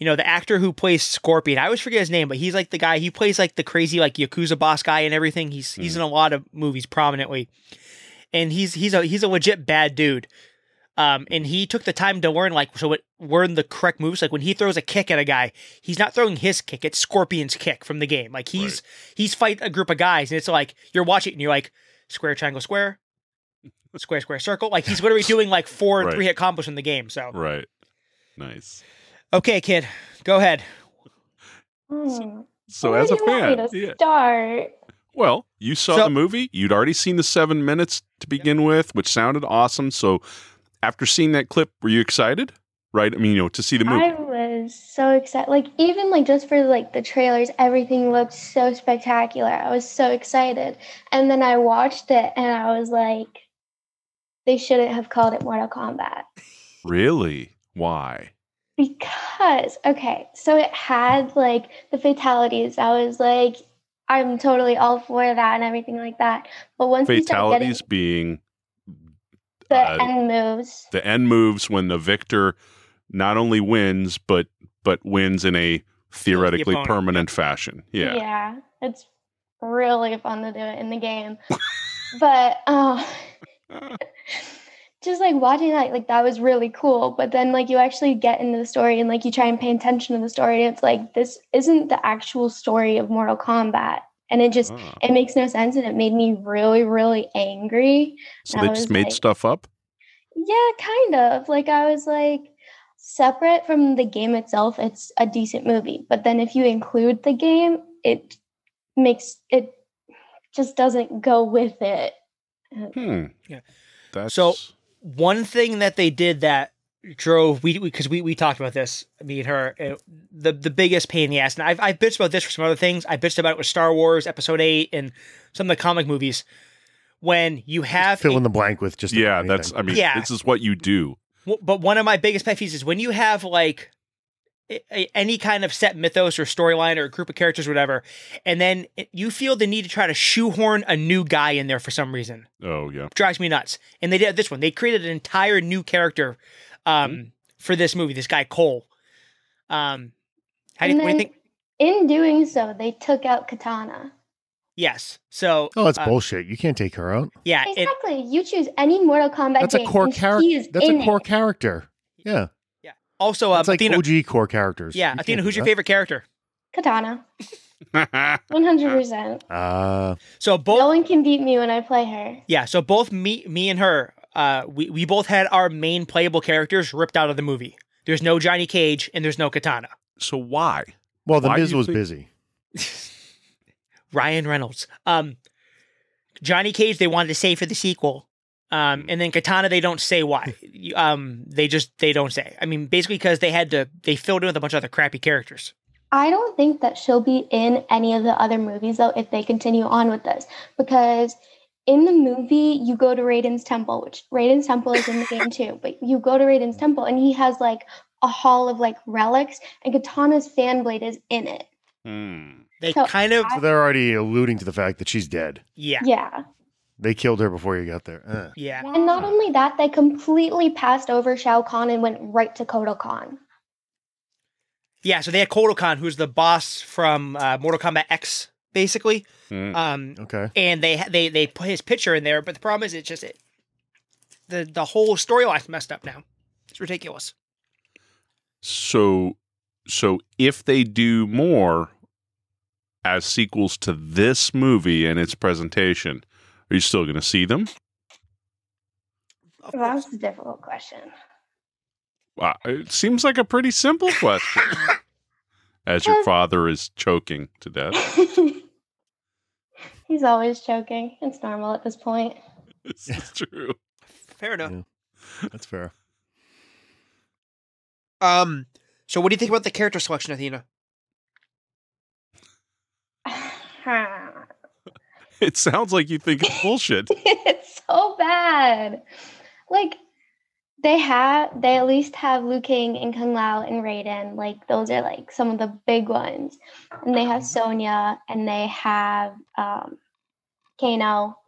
Speaker 1: you know the actor who plays scorpion i always forget his name but he's like the guy he plays like the crazy like yakuza boss guy and everything he's he's in a lot of movies prominently and he's he's a he's a legit bad dude um, and he took the time to learn like so it learn the correct moves. Like when he throws a kick at a guy, he's not throwing his kick; it's Scorpion's kick from the game. Like he's he's fight a group of guys, and it's like you're watching, and you're like square, triangle, square, square, square, circle. Like he's literally doing like four
Speaker 3: Right.
Speaker 1: three hit combos in the game. So
Speaker 3: Right. Nice.
Speaker 1: okay, kid, go ahead.
Speaker 4: Hmm.
Speaker 3: So
Speaker 4: Where
Speaker 3: as
Speaker 4: do
Speaker 3: a
Speaker 4: you want me
Speaker 3: fan,
Speaker 4: to
Speaker 3: yeah.
Speaker 4: start.
Speaker 3: Well, you saw
Speaker 1: So-
Speaker 3: the movie. You'd already seen the seven minutes to begin with, which sounded awesome. So after seeing that clip, were you excited? Right? I mean, you know, to see the movie.
Speaker 4: I was so excited. Like even like just for like the trailers, everything looked so spectacular. I was so excited. And then I watched it and I was like, they shouldn't have called it Mortal Kombat.
Speaker 3: Really? Why?
Speaker 4: Because okay, so it had like the fatalities. I was like, I'm totally all for that and everything like that. But once we started getting
Speaker 3: Fatalities being
Speaker 4: the
Speaker 3: uh,
Speaker 4: end moves,
Speaker 3: the end moves when the victor not only wins but but wins in a theoretically
Speaker 1: opponent,
Speaker 3: permanent fashion. Yeah.
Speaker 4: it's really fun to do it in the game. but um,
Speaker 3: Ah.
Speaker 4: just like watching that, like that was really cool. But then like you actually get into the story and like you try and pay attention to the story, and it's like this isn't the actual story of Mortal Kombat, and it just
Speaker 3: Ah.
Speaker 4: it makes no sense, and it made me really really angry.
Speaker 3: So they
Speaker 4: I
Speaker 3: just
Speaker 4: was
Speaker 3: made
Speaker 4: like-
Speaker 3: stuff up?
Speaker 4: Yeah, kind of. Like I was like separate from the game itself, it's a decent movie. But then if you include the game, it makes it just doesn't go with it.
Speaker 3: Hmm.
Speaker 1: Yeah.
Speaker 3: That's
Speaker 1: So- one thing that they did that drove we because we, we, talked about this me and her uh the the biggest pain in the ass and I've, I've bitched about this for some other things i bitched about it with star wars episode 8 and some of the comic movies when you have
Speaker 2: Fill
Speaker 1: a-
Speaker 2: in the blank with just
Speaker 3: yeah,
Speaker 2: about
Speaker 3: that's
Speaker 2: anything.
Speaker 3: I mean,
Speaker 1: Yeah.
Speaker 3: this is what you do.
Speaker 1: Well, but one of my biggest pet peeves is when you have like a- a- any kind of set mythos or storyline or a group of characters, whatever, and then it- you feel the need to try to shoehorn a new guy in there for some reason.
Speaker 3: Oh yeah.
Speaker 1: Drives me nuts. And they did this one. They created an entire new character um,
Speaker 2: Mm.
Speaker 1: for this movie. This guy Cole. Um, how do you, what do you
Speaker 4: And then-
Speaker 1: think?
Speaker 4: In doing so, they took out Katana.
Speaker 1: Yes. So
Speaker 2: Oh, that's
Speaker 1: uh,
Speaker 2: bullshit. You can't take her out.
Speaker 1: yeah. Uh, it-
Speaker 4: Exactly. you choose any Mortal Kombat
Speaker 2: That's a
Speaker 4: game,
Speaker 2: core
Speaker 4: and she is
Speaker 2: character. That's
Speaker 4: in
Speaker 2: a core
Speaker 4: it.
Speaker 2: character. Yeah.
Speaker 1: also, uh,
Speaker 2: That's like
Speaker 1: Athena.
Speaker 2: OG core characters.
Speaker 1: yeah,
Speaker 2: You can't
Speaker 1: Athena.
Speaker 2: do
Speaker 1: Who's your
Speaker 2: that.
Speaker 1: favorite character?
Speaker 4: Katana.
Speaker 1: Uh,
Speaker 3: That's
Speaker 4: 100%.
Speaker 2: Uh,
Speaker 1: So both.
Speaker 4: No one can beat me when I play her.
Speaker 1: Yeah, so both me me and her, uh, we, we both had our main playable characters ripped out of the movie. There's no Johnny Cage and there's no katana.
Speaker 3: so why?
Speaker 2: well, the
Speaker 3: Why do
Speaker 2: Miz
Speaker 3: you
Speaker 2: was
Speaker 3: think-
Speaker 2: busy.
Speaker 1: Ryan Reynolds. Um Johnny Cage they wanted to say for the sequel. Um and then Katana they don't say why. You- um they just they don't say. I mean basically because they had to they filled in with a bunch of other crappy characters.
Speaker 4: I don't think that she'll be in any of the other movies though if they continue on with this because in the movie you go to Raiden's temple which Raiden's temple is in the game too but you go to Raiden's temple and he has like a hall of like relics and Katana's fan blade is in it.
Speaker 3: Hmm.
Speaker 1: They
Speaker 4: So
Speaker 1: kind of
Speaker 4: I-
Speaker 2: So they're already alluding to the fact that she's dead.
Speaker 1: yeah.
Speaker 4: Yeah.
Speaker 2: They killed her before you got there. Uh,
Speaker 1: Yeah.
Speaker 4: And not only that they completely passed over Shao Kahn and went right to Kotal Kahn.
Speaker 1: Yeah, so they had Kodokan who's the boss from uh, Mortal Kombat X basically.
Speaker 3: Hmm.
Speaker 1: Um
Speaker 2: Eh, okay.
Speaker 1: and they they they put his picture in there. But the problem is, it's just it the the whole storyline's messed up now. It's ridiculous.
Speaker 3: So, so if they do more as sequels to this movie and its presentation, Are you still going to see them?
Speaker 1: Of
Speaker 4: Well, that
Speaker 1: course.
Speaker 4: was a difficult question.
Speaker 3: Wow, Uh, it seems like a pretty simple question. As your father is choking to death.
Speaker 4: He's always joking. It's normal at this point.
Speaker 3: This is true.
Speaker 1: Fair enough.
Speaker 2: That's fair.
Speaker 1: Um, so what do you think about the character selection, Athena?
Speaker 3: It sounds like you think it's bullshit.
Speaker 4: it's so bad. Like they have, they at least have Liu King and Kung Lao and Raiden. Like those are like some of the big ones, and they have Sonya and they have um, Kano,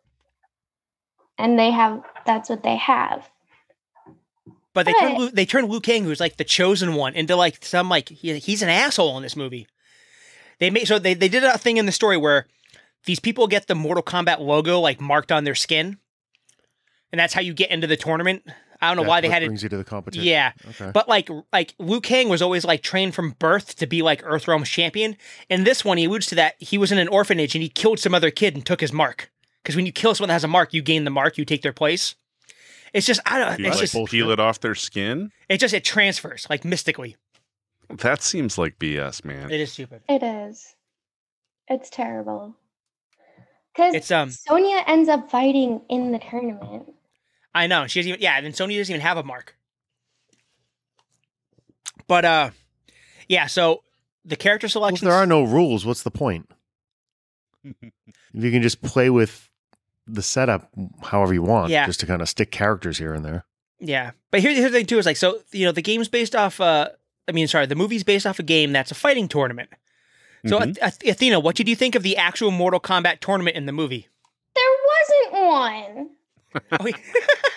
Speaker 4: and they have that's what they have.
Speaker 1: But they turn
Speaker 4: But-
Speaker 1: Liu, they turn Liu Kang, who's like the chosen one, into like some like he, he's an asshole in this movie. They made so they they did a thing in the story where these people get the Mortal Kombat logo like marked on their skin, and that's how you get into the tournament. I don't know
Speaker 2: That's
Speaker 1: why they
Speaker 2: what
Speaker 1: had it.
Speaker 2: brings you to the competition.
Speaker 1: Yeah,
Speaker 2: Okay.
Speaker 1: but like like Liu Kang was always like trained from birth to be like Earthrealm's champion. And this one, he alludes to that he was in an orphanage and he killed some other kid and took his mark. Because when you kill someone that has a mark, you gain the mark, you take their place. It's just I don't.
Speaker 3: You
Speaker 1: It's
Speaker 3: like
Speaker 1: just
Speaker 2: bull-
Speaker 3: peel it off their skin?
Speaker 1: it just it transfers like mystically.
Speaker 3: That seems like BS, man.
Speaker 1: It is stupid.
Speaker 4: It is. It's terrible. Because
Speaker 1: It's, um,
Speaker 4: Sonya ends up fighting in the tournament.
Speaker 1: I know she doesn't even. Yeah, and Sony doesn't even have a mark. But uh, yeah. So the character
Speaker 2: Well, if
Speaker 1: selection.
Speaker 2: there are no rules, what's the point? If you can just play with the setup however you want,
Speaker 1: Yeah.
Speaker 2: just to kind of stick characters here and there.
Speaker 1: Yeah, but here, here's the thing too is like so you know the game's based off. uh I mean, sorry, the movie's based off a game that's a fighting tournament. So
Speaker 3: Mhm.
Speaker 1: Ath- Athena, what did you think of the actual Mortal Kombat tournament in the movie?
Speaker 4: There wasn't one.
Speaker 1: Oh, wait.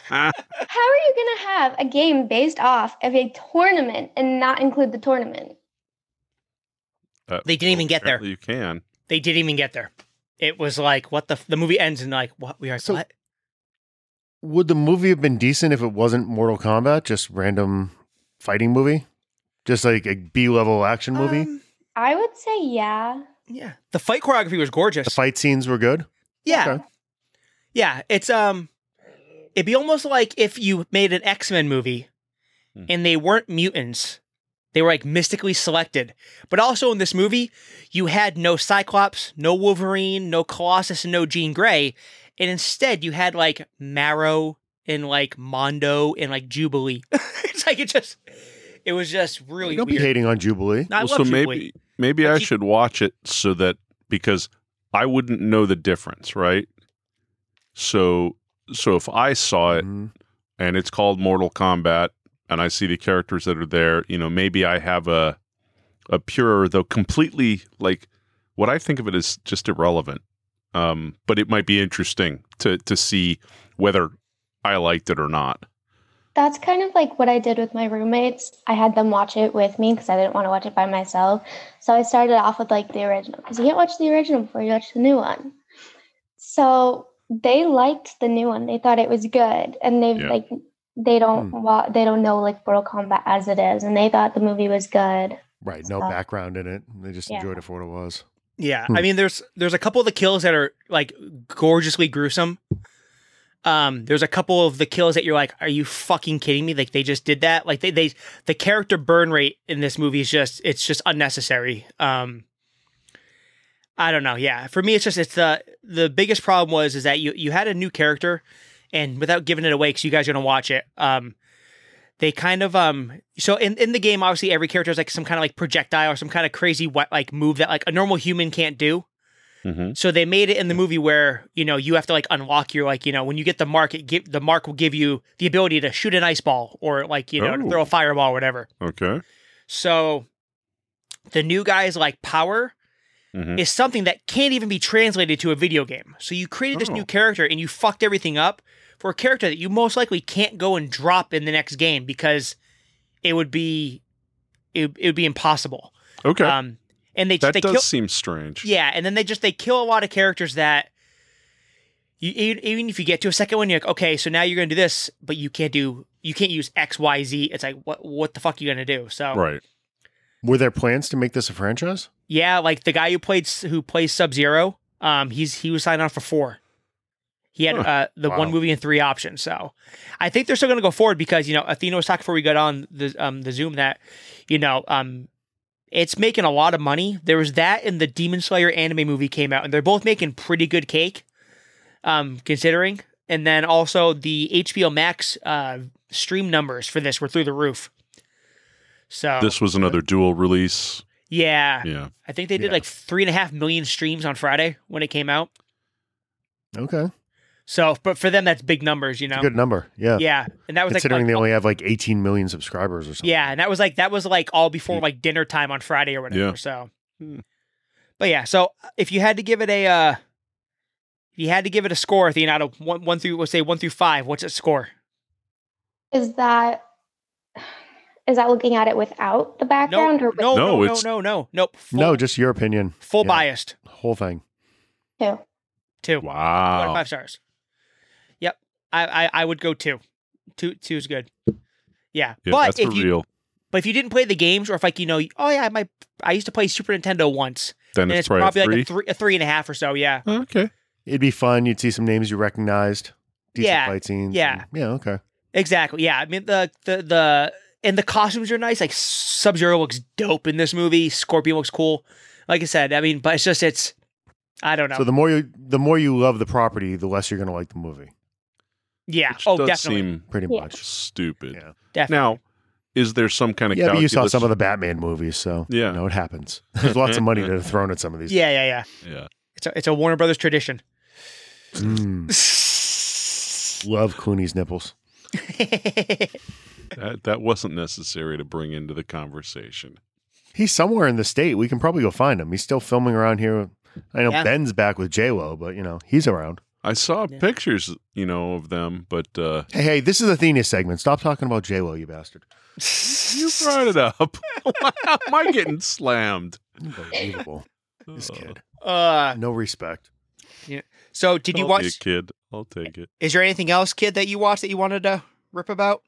Speaker 4: How are you going to have a game based off of a tournament and not include the tournament?
Speaker 3: Uh,
Speaker 1: They didn't even get there.
Speaker 3: apparently You can.
Speaker 1: they didn't even get there. It was like what the f- the movie ends and like what we are
Speaker 2: So-
Speaker 1: what?
Speaker 2: Would the movie have been decent if it wasn't Mortal Kombat, just random fighting movie? Just like a B level action movie?
Speaker 1: Um,
Speaker 4: I would say, yeah.
Speaker 1: yeah, the fight choreography was gorgeous.
Speaker 2: the fight scenes were good.
Speaker 1: yeah,
Speaker 2: Okay.
Speaker 1: yeah. It's um, it'd be almost like if you made an X Men movie,
Speaker 3: Hmm.
Speaker 1: and they weren't mutants. They were like mystically selected. But also in this movie, you had no Cyclops, no Wolverine, no Colossus, and no Jean Grey. And instead, you had like Marrow and like Mondo and like Jubilee. it's like it just, it was just really
Speaker 2: Don't be
Speaker 1: weird.
Speaker 2: hating on Jubilee.
Speaker 1: I
Speaker 3: Well,
Speaker 1: love
Speaker 3: so
Speaker 1: Jubilee.
Speaker 3: maybe maybe
Speaker 1: But
Speaker 3: I
Speaker 1: he-
Speaker 3: should watch it so that because I wouldn't know the difference, right? So so if I saw it
Speaker 2: Mhm.
Speaker 3: and it's called Mortal Kombat and I see the characters that are there, you know, maybe I have a a purer though completely like what I think of it is just irrelevant. Um, but it might be interesting to to see whether I liked it or not.
Speaker 4: That's kind of like what I did with my roommates. I had them watch it with me because I didn't want to watch it by myself. So I started off with like the original because you can't watch the original before you watch the new one. So they liked the new one. They thought it was good, and they
Speaker 3: Yeah.
Speaker 4: like they don't wa- they don't know like Mortal Kombat as it is, and they thought the movie was good.
Speaker 2: Right. No
Speaker 4: So-
Speaker 2: background in it. They just
Speaker 4: Yeah.
Speaker 2: enjoyed it for what it was.
Speaker 1: Yeah,
Speaker 2: Hmm.
Speaker 1: I mean, there's there's a couple of the kills that are like gorgeously gruesome. Um, there's a couple of the kills that you're like, are you fucking kidding me? Like they just did that. Like they they the character burn rate in this movie is just it's just unnecessary. Um, I don't know. Yeah, for me, it's just it's the the biggest problem was is that you you had a new character, and without giving it away, because you guys are gonna watch it. Um, they kind of um so in in the game obviously every character has like some kind of like projectile or some kind of crazy what like move that like a normal human can't do
Speaker 3: Mm-hmm.
Speaker 1: so they made it in the movie where you know you have to like unlock your like you know when you get the mark it give, the mark will give you the ability to shoot an ice ball or like you know to
Speaker 3: Oh.
Speaker 1: throw a fireball or whatever
Speaker 3: Okay.
Speaker 1: so the new guy's like power
Speaker 3: hmm
Speaker 1: is something that can't even be translated to a video game. So you created this
Speaker 3: Oh.
Speaker 1: new character and you fucked everything up for a character that you most likely can't go and drop in the next game because it would be it, it would be impossible.
Speaker 3: Okay.
Speaker 1: Um and they
Speaker 3: that
Speaker 1: they
Speaker 3: does
Speaker 1: kill
Speaker 3: seem strange.
Speaker 1: yeah, and then they just they kill a lot of characters that you even, even if you get to a second one, you're like, okay, so now you're gonna do this, but you can't do you can't use X Y Z. It's like what what the fuck are you gonna do? So
Speaker 3: Right.
Speaker 2: Were there plans to make this a franchise?
Speaker 1: Yeah, like the guy who played who plays Sub Zero, um, he's he was signed on for four. He had
Speaker 3: Huh.
Speaker 1: uh, the
Speaker 3: Wow.
Speaker 1: one movie and three options. So I think they're still going to go forward because you know Athena was talking before we got on the um, the Zoom that you know um, it's making a lot of money. There was that, and the Demon Slayer anime movie came out, and they're both making pretty good cake, um, considering. And then also the HBO Max uh, stream numbers for this were through the roof. So
Speaker 3: This was another dual release.
Speaker 1: yeah,
Speaker 3: Yeah.
Speaker 1: I think they did
Speaker 2: Yeah.
Speaker 1: like three and a half million streams on Friday when it came out.
Speaker 2: Okay.
Speaker 1: So, but for them, that's big numbers, you know.
Speaker 2: Good number. Yeah.
Speaker 1: Yeah, and that was
Speaker 2: Considering
Speaker 1: like,
Speaker 2: they only have like 18 million subscribers or something.
Speaker 1: yeah, and that was like that was like all before like dinner time on Friday or whatever.
Speaker 3: Yeah.
Speaker 1: So,
Speaker 3: Hmm.
Speaker 1: but yeah, so uh, if you had to give it a, uh if you had to give it a score, Athena, out of one, one through, let's say one through five, what's its score?
Speaker 4: Is that is that looking at it without the
Speaker 1: No,
Speaker 4: background
Speaker 1: no,
Speaker 4: or with
Speaker 1: no,
Speaker 3: No,
Speaker 1: no, no,
Speaker 3: it's-
Speaker 1: no, no, nope. Full,
Speaker 2: No, just your opinion.
Speaker 1: full
Speaker 2: yeah.
Speaker 1: biased
Speaker 2: Whole thing.
Speaker 4: two?
Speaker 1: two. Two out of
Speaker 3: Wow.
Speaker 1: five stars. Yep, I, I I would go two. Two two is good. Yeah,
Speaker 3: Yeah,
Speaker 1: but
Speaker 3: that's
Speaker 1: if
Speaker 3: for
Speaker 1: you
Speaker 3: real.
Speaker 1: but if you didn't play the games or if like you know, oh yeah, I might I used to play Super Nintendo once.
Speaker 3: Then
Speaker 1: and
Speaker 3: it's,
Speaker 1: it's
Speaker 3: probably,
Speaker 1: probably like
Speaker 3: a three.
Speaker 1: a three, a three and a half or so. Yeah,
Speaker 3: okay.
Speaker 2: It'd be fun. You'd see some names you recognized. Decent
Speaker 1: Yeah.
Speaker 2: Fight scenes.
Speaker 1: Yeah.
Speaker 2: And- yeah. Okay.
Speaker 1: exactly. Yeah, I mean the the the and the costumes are nice. Like Sub Zero looks dope in this movie. Scorpion looks cool. Like I said, I mean, but it's just it's I don't know.
Speaker 2: So the more you the more you love the property, the less you're going to like the movie.
Speaker 1: yeah.
Speaker 3: Which
Speaker 1: oh,
Speaker 3: does
Speaker 1: definitely.
Speaker 3: seem
Speaker 2: Pretty
Speaker 4: Yeah.
Speaker 2: much.
Speaker 3: stupid.
Speaker 2: Yeah.
Speaker 1: definitely.
Speaker 3: Now, is there some kind of
Speaker 2: Yeah, but you saw
Speaker 3: calculus-
Speaker 2: some of the Batman movies, so
Speaker 3: Yeah.
Speaker 2: you know it happens. There's lots of money that are thrown at some of these.
Speaker 1: yeah, yeah, yeah.
Speaker 3: yeah.
Speaker 1: It's a it's a Warner Brothers tradition.
Speaker 2: Mm, love Clooney's nipples.
Speaker 3: That, that wasn't necessary to bring into the conversation.
Speaker 2: He's somewhere in the state. We can probably go find him. He's still filming around here. I know
Speaker 1: Yeah.
Speaker 2: Ben's back with J Lo, but you know he's around.
Speaker 3: I saw
Speaker 1: Yeah.
Speaker 3: pictures, you know, of them, but uh
Speaker 2: Hey, hey, this is Athena segment. Stop talking about J Lo, you bastard.
Speaker 3: you brought it up. How am I getting slammed?
Speaker 2: Unbelievable. This kid,
Speaker 1: uh,
Speaker 2: no respect.
Speaker 1: so did you
Speaker 3: Call me
Speaker 1: watch?
Speaker 3: a kid? I'll take it.
Speaker 1: Is there anything else, kid, that you watched that you wanted to rip about?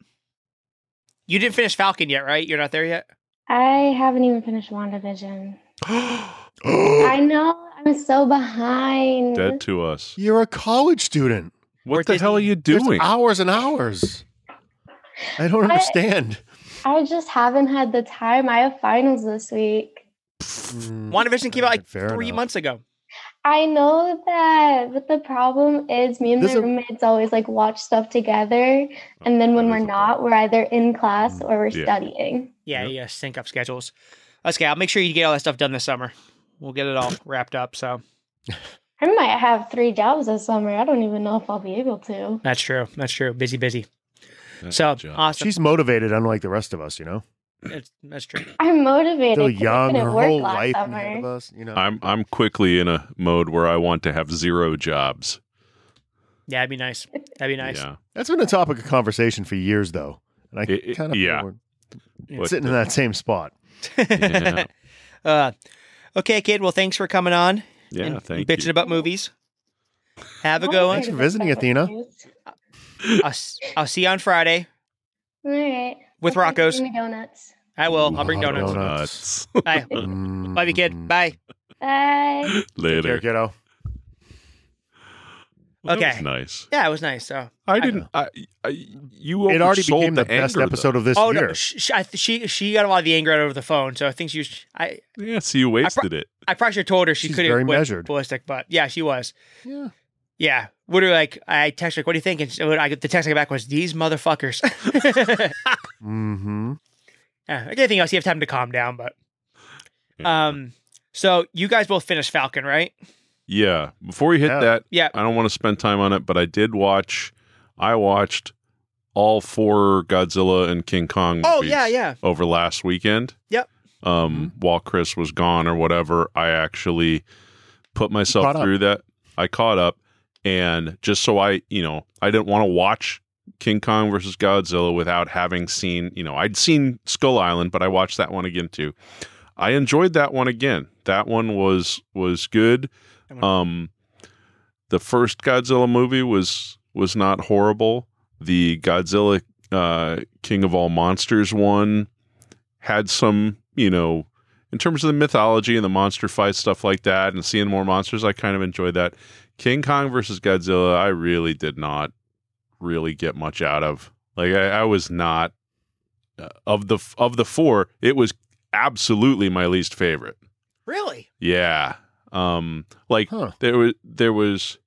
Speaker 1: You didn't finish Falcon yet, right? You're not there yet.
Speaker 4: I haven't even finished WandaVision. I
Speaker 2: Oh,
Speaker 4: know I'm so behind.
Speaker 3: Dead to us.
Speaker 2: You're a college student.
Speaker 1: Or
Speaker 3: What the
Speaker 1: Disney.
Speaker 3: hell are you
Speaker 2: There's
Speaker 3: doing?
Speaker 2: hours and hours. I don't
Speaker 4: I-
Speaker 2: understand.
Speaker 4: I just haven't had the time. I have finals this week.
Speaker 2: Mm,
Speaker 1: WandaVision came out like
Speaker 2: fair
Speaker 1: three
Speaker 2: enough.
Speaker 1: months ago.
Speaker 4: I know that, but the problem is me and
Speaker 2: This
Speaker 4: my
Speaker 2: is-
Speaker 4: roommates always like watch stuff together, and then when
Speaker 3: That
Speaker 4: we're
Speaker 3: is a
Speaker 4: not, we're either in class
Speaker 2: Mm,
Speaker 4: or we're
Speaker 3: yeah.
Speaker 4: studying.
Speaker 1: Yeah,
Speaker 3: Yep.
Speaker 1: yeah, sync up schedules. That's okay. I'll make sure you get all that stuff done this summer. We'll get it all wrapped up. So
Speaker 4: I might have three jobs this summer. I don't even know if I'll be able to.
Speaker 1: that's true. That's true. Busy, busy.
Speaker 3: That
Speaker 1: so
Speaker 3: job.
Speaker 1: awesome.
Speaker 2: She's motivated, unlike the rest of us. You know,
Speaker 1: That's, that's true.
Speaker 4: I'm motivated.
Speaker 2: still
Speaker 4: 'cause I
Speaker 2: young,
Speaker 4: couldn't
Speaker 2: her
Speaker 4: work
Speaker 2: whole
Speaker 4: last
Speaker 2: life ahead of
Speaker 4: Summer.
Speaker 2: us. You know,
Speaker 3: I'm I'm quickly in a mode where I want to have zero jobs.
Speaker 1: Yeah, that'd be nice. That'd be nice.
Speaker 3: Yeah.
Speaker 2: that's been a topic of conversation for years, though, and I
Speaker 3: It- it-
Speaker 2: kind of
Speaker 3: yeah. But-
Speaker 2: sitting in that same spot.
Speaker 3: Yeah.
Speaker 1: uh, okay, kid. Well, thanks for coming on
Speaker 3: Yeah,
Speaker 1: and
Speaker 3: thank
Speaker 1: bitching
Speaker 3: you.
Speaker 1: about movies. Have a
Speaker 4: I'll
Speaker 1: good
Speaker 4: be
Speaker 1: one.
Speaker 2: Thanks for
Speaker 4: back
Speaker 2: visiting,
Speaker 4: with
Speaker 2: Athena.
Speaker 4: you.
Speaker 1: I'll, s- I'll see you on Friday
Speaker 4: All right.
Speaker 1: with
Speaker 4: I'll bring
Speaker 1: Rocco's.
Speaker 4: you donuts.
Speaker 1: I will. I'll bring donuts.
Speaker 2: Donuts.
Speaker 1: Bye.
Speaker 2: Mm,
Speaker 1: Love you, kid.
Speaker 2: mm.
Speaker 1: Bye.
Speaker 4: Bye.
Speaker 2: Take care,
Speaker 3: Later.
Speaker 2: kiddo.
Speaker 3: Well, that
Speaker 1: Okay.
Speaker 3: was nice.
Speaker 1: Yeah, it was nice. So.
Speaker 3: I didn't. I, I you
Speaker 2: It already became the,
Speaker 3: the,
Speaker 2: best
Speaker 3: anger,
Speaker 2: episode of this
Speaker 1: Oh
Speaker 2: year.
Speaker 1: no, she, she- I, th- she she got a lot of the anger out over the phone. So I think she was. I
Speaker 3: Though. Yeah, so you wasted it.
Speaker 1: I probably should have told her she
Speaker 2: She's
Speaker 1: couldn't
Speaker 2: very
Speaker 1: went
Speaker 2: measured.
Speaker 1: ballistic, but yeah, she was.
Speaker 2: yeah.
Speaker 1: Yeah. What are like? I text like, "What do you think?" And she- what I the text I got back was, "These motherfuckers."
Speaker 2: Mm-hmm.
Speaker 1: yeah, like anything else, you have time to calm down. But
Speaker 3: Yeah.
Speaker 1: um, so you guys both finished Falcon, right?
Speaker 3: yeah. Before you hit
Speaker 2: Yeah.
Speaker 3: that,
Speaker 1: Yeah.
Speaker 3: I don't want to spend time on it, but I did watch. I watched all four Godzilla and King Kong.
Speaker 1: Oh
Speaker 3: movies
Speaker 1: yeah, yeah.
Speaker 3: Over last weekend.
Speaker 1: Yep.
Speaker 3: Um, while Chris was gone or whatever, I actually put myself
Speaker 2: caught up.
Speaker 3: through that. I caught up, and just so I, you know, I didn't want to watch King Kong versus Godzilla without having seen, you know, I'd seen Skull Island, but I watched that one again too. I enjoyed that one again. That one was was good. Um the first Godzilla movie was was not horrible. The Godzilla uh King of All Monsters one had some, you know, in terms of the mythology and the monster fight stuff like that, and seeing more monsters, I kind of enjoyed that. King Kong versus Godzilla, I really did not really get much out of. Like I, I was not uh, of the of the four. It was absolutely my least favorite.
Speaker 1: Really?
Speaker 3: Yeah. Um like
Speaker 2: Huh.
Speaker 3: there was there was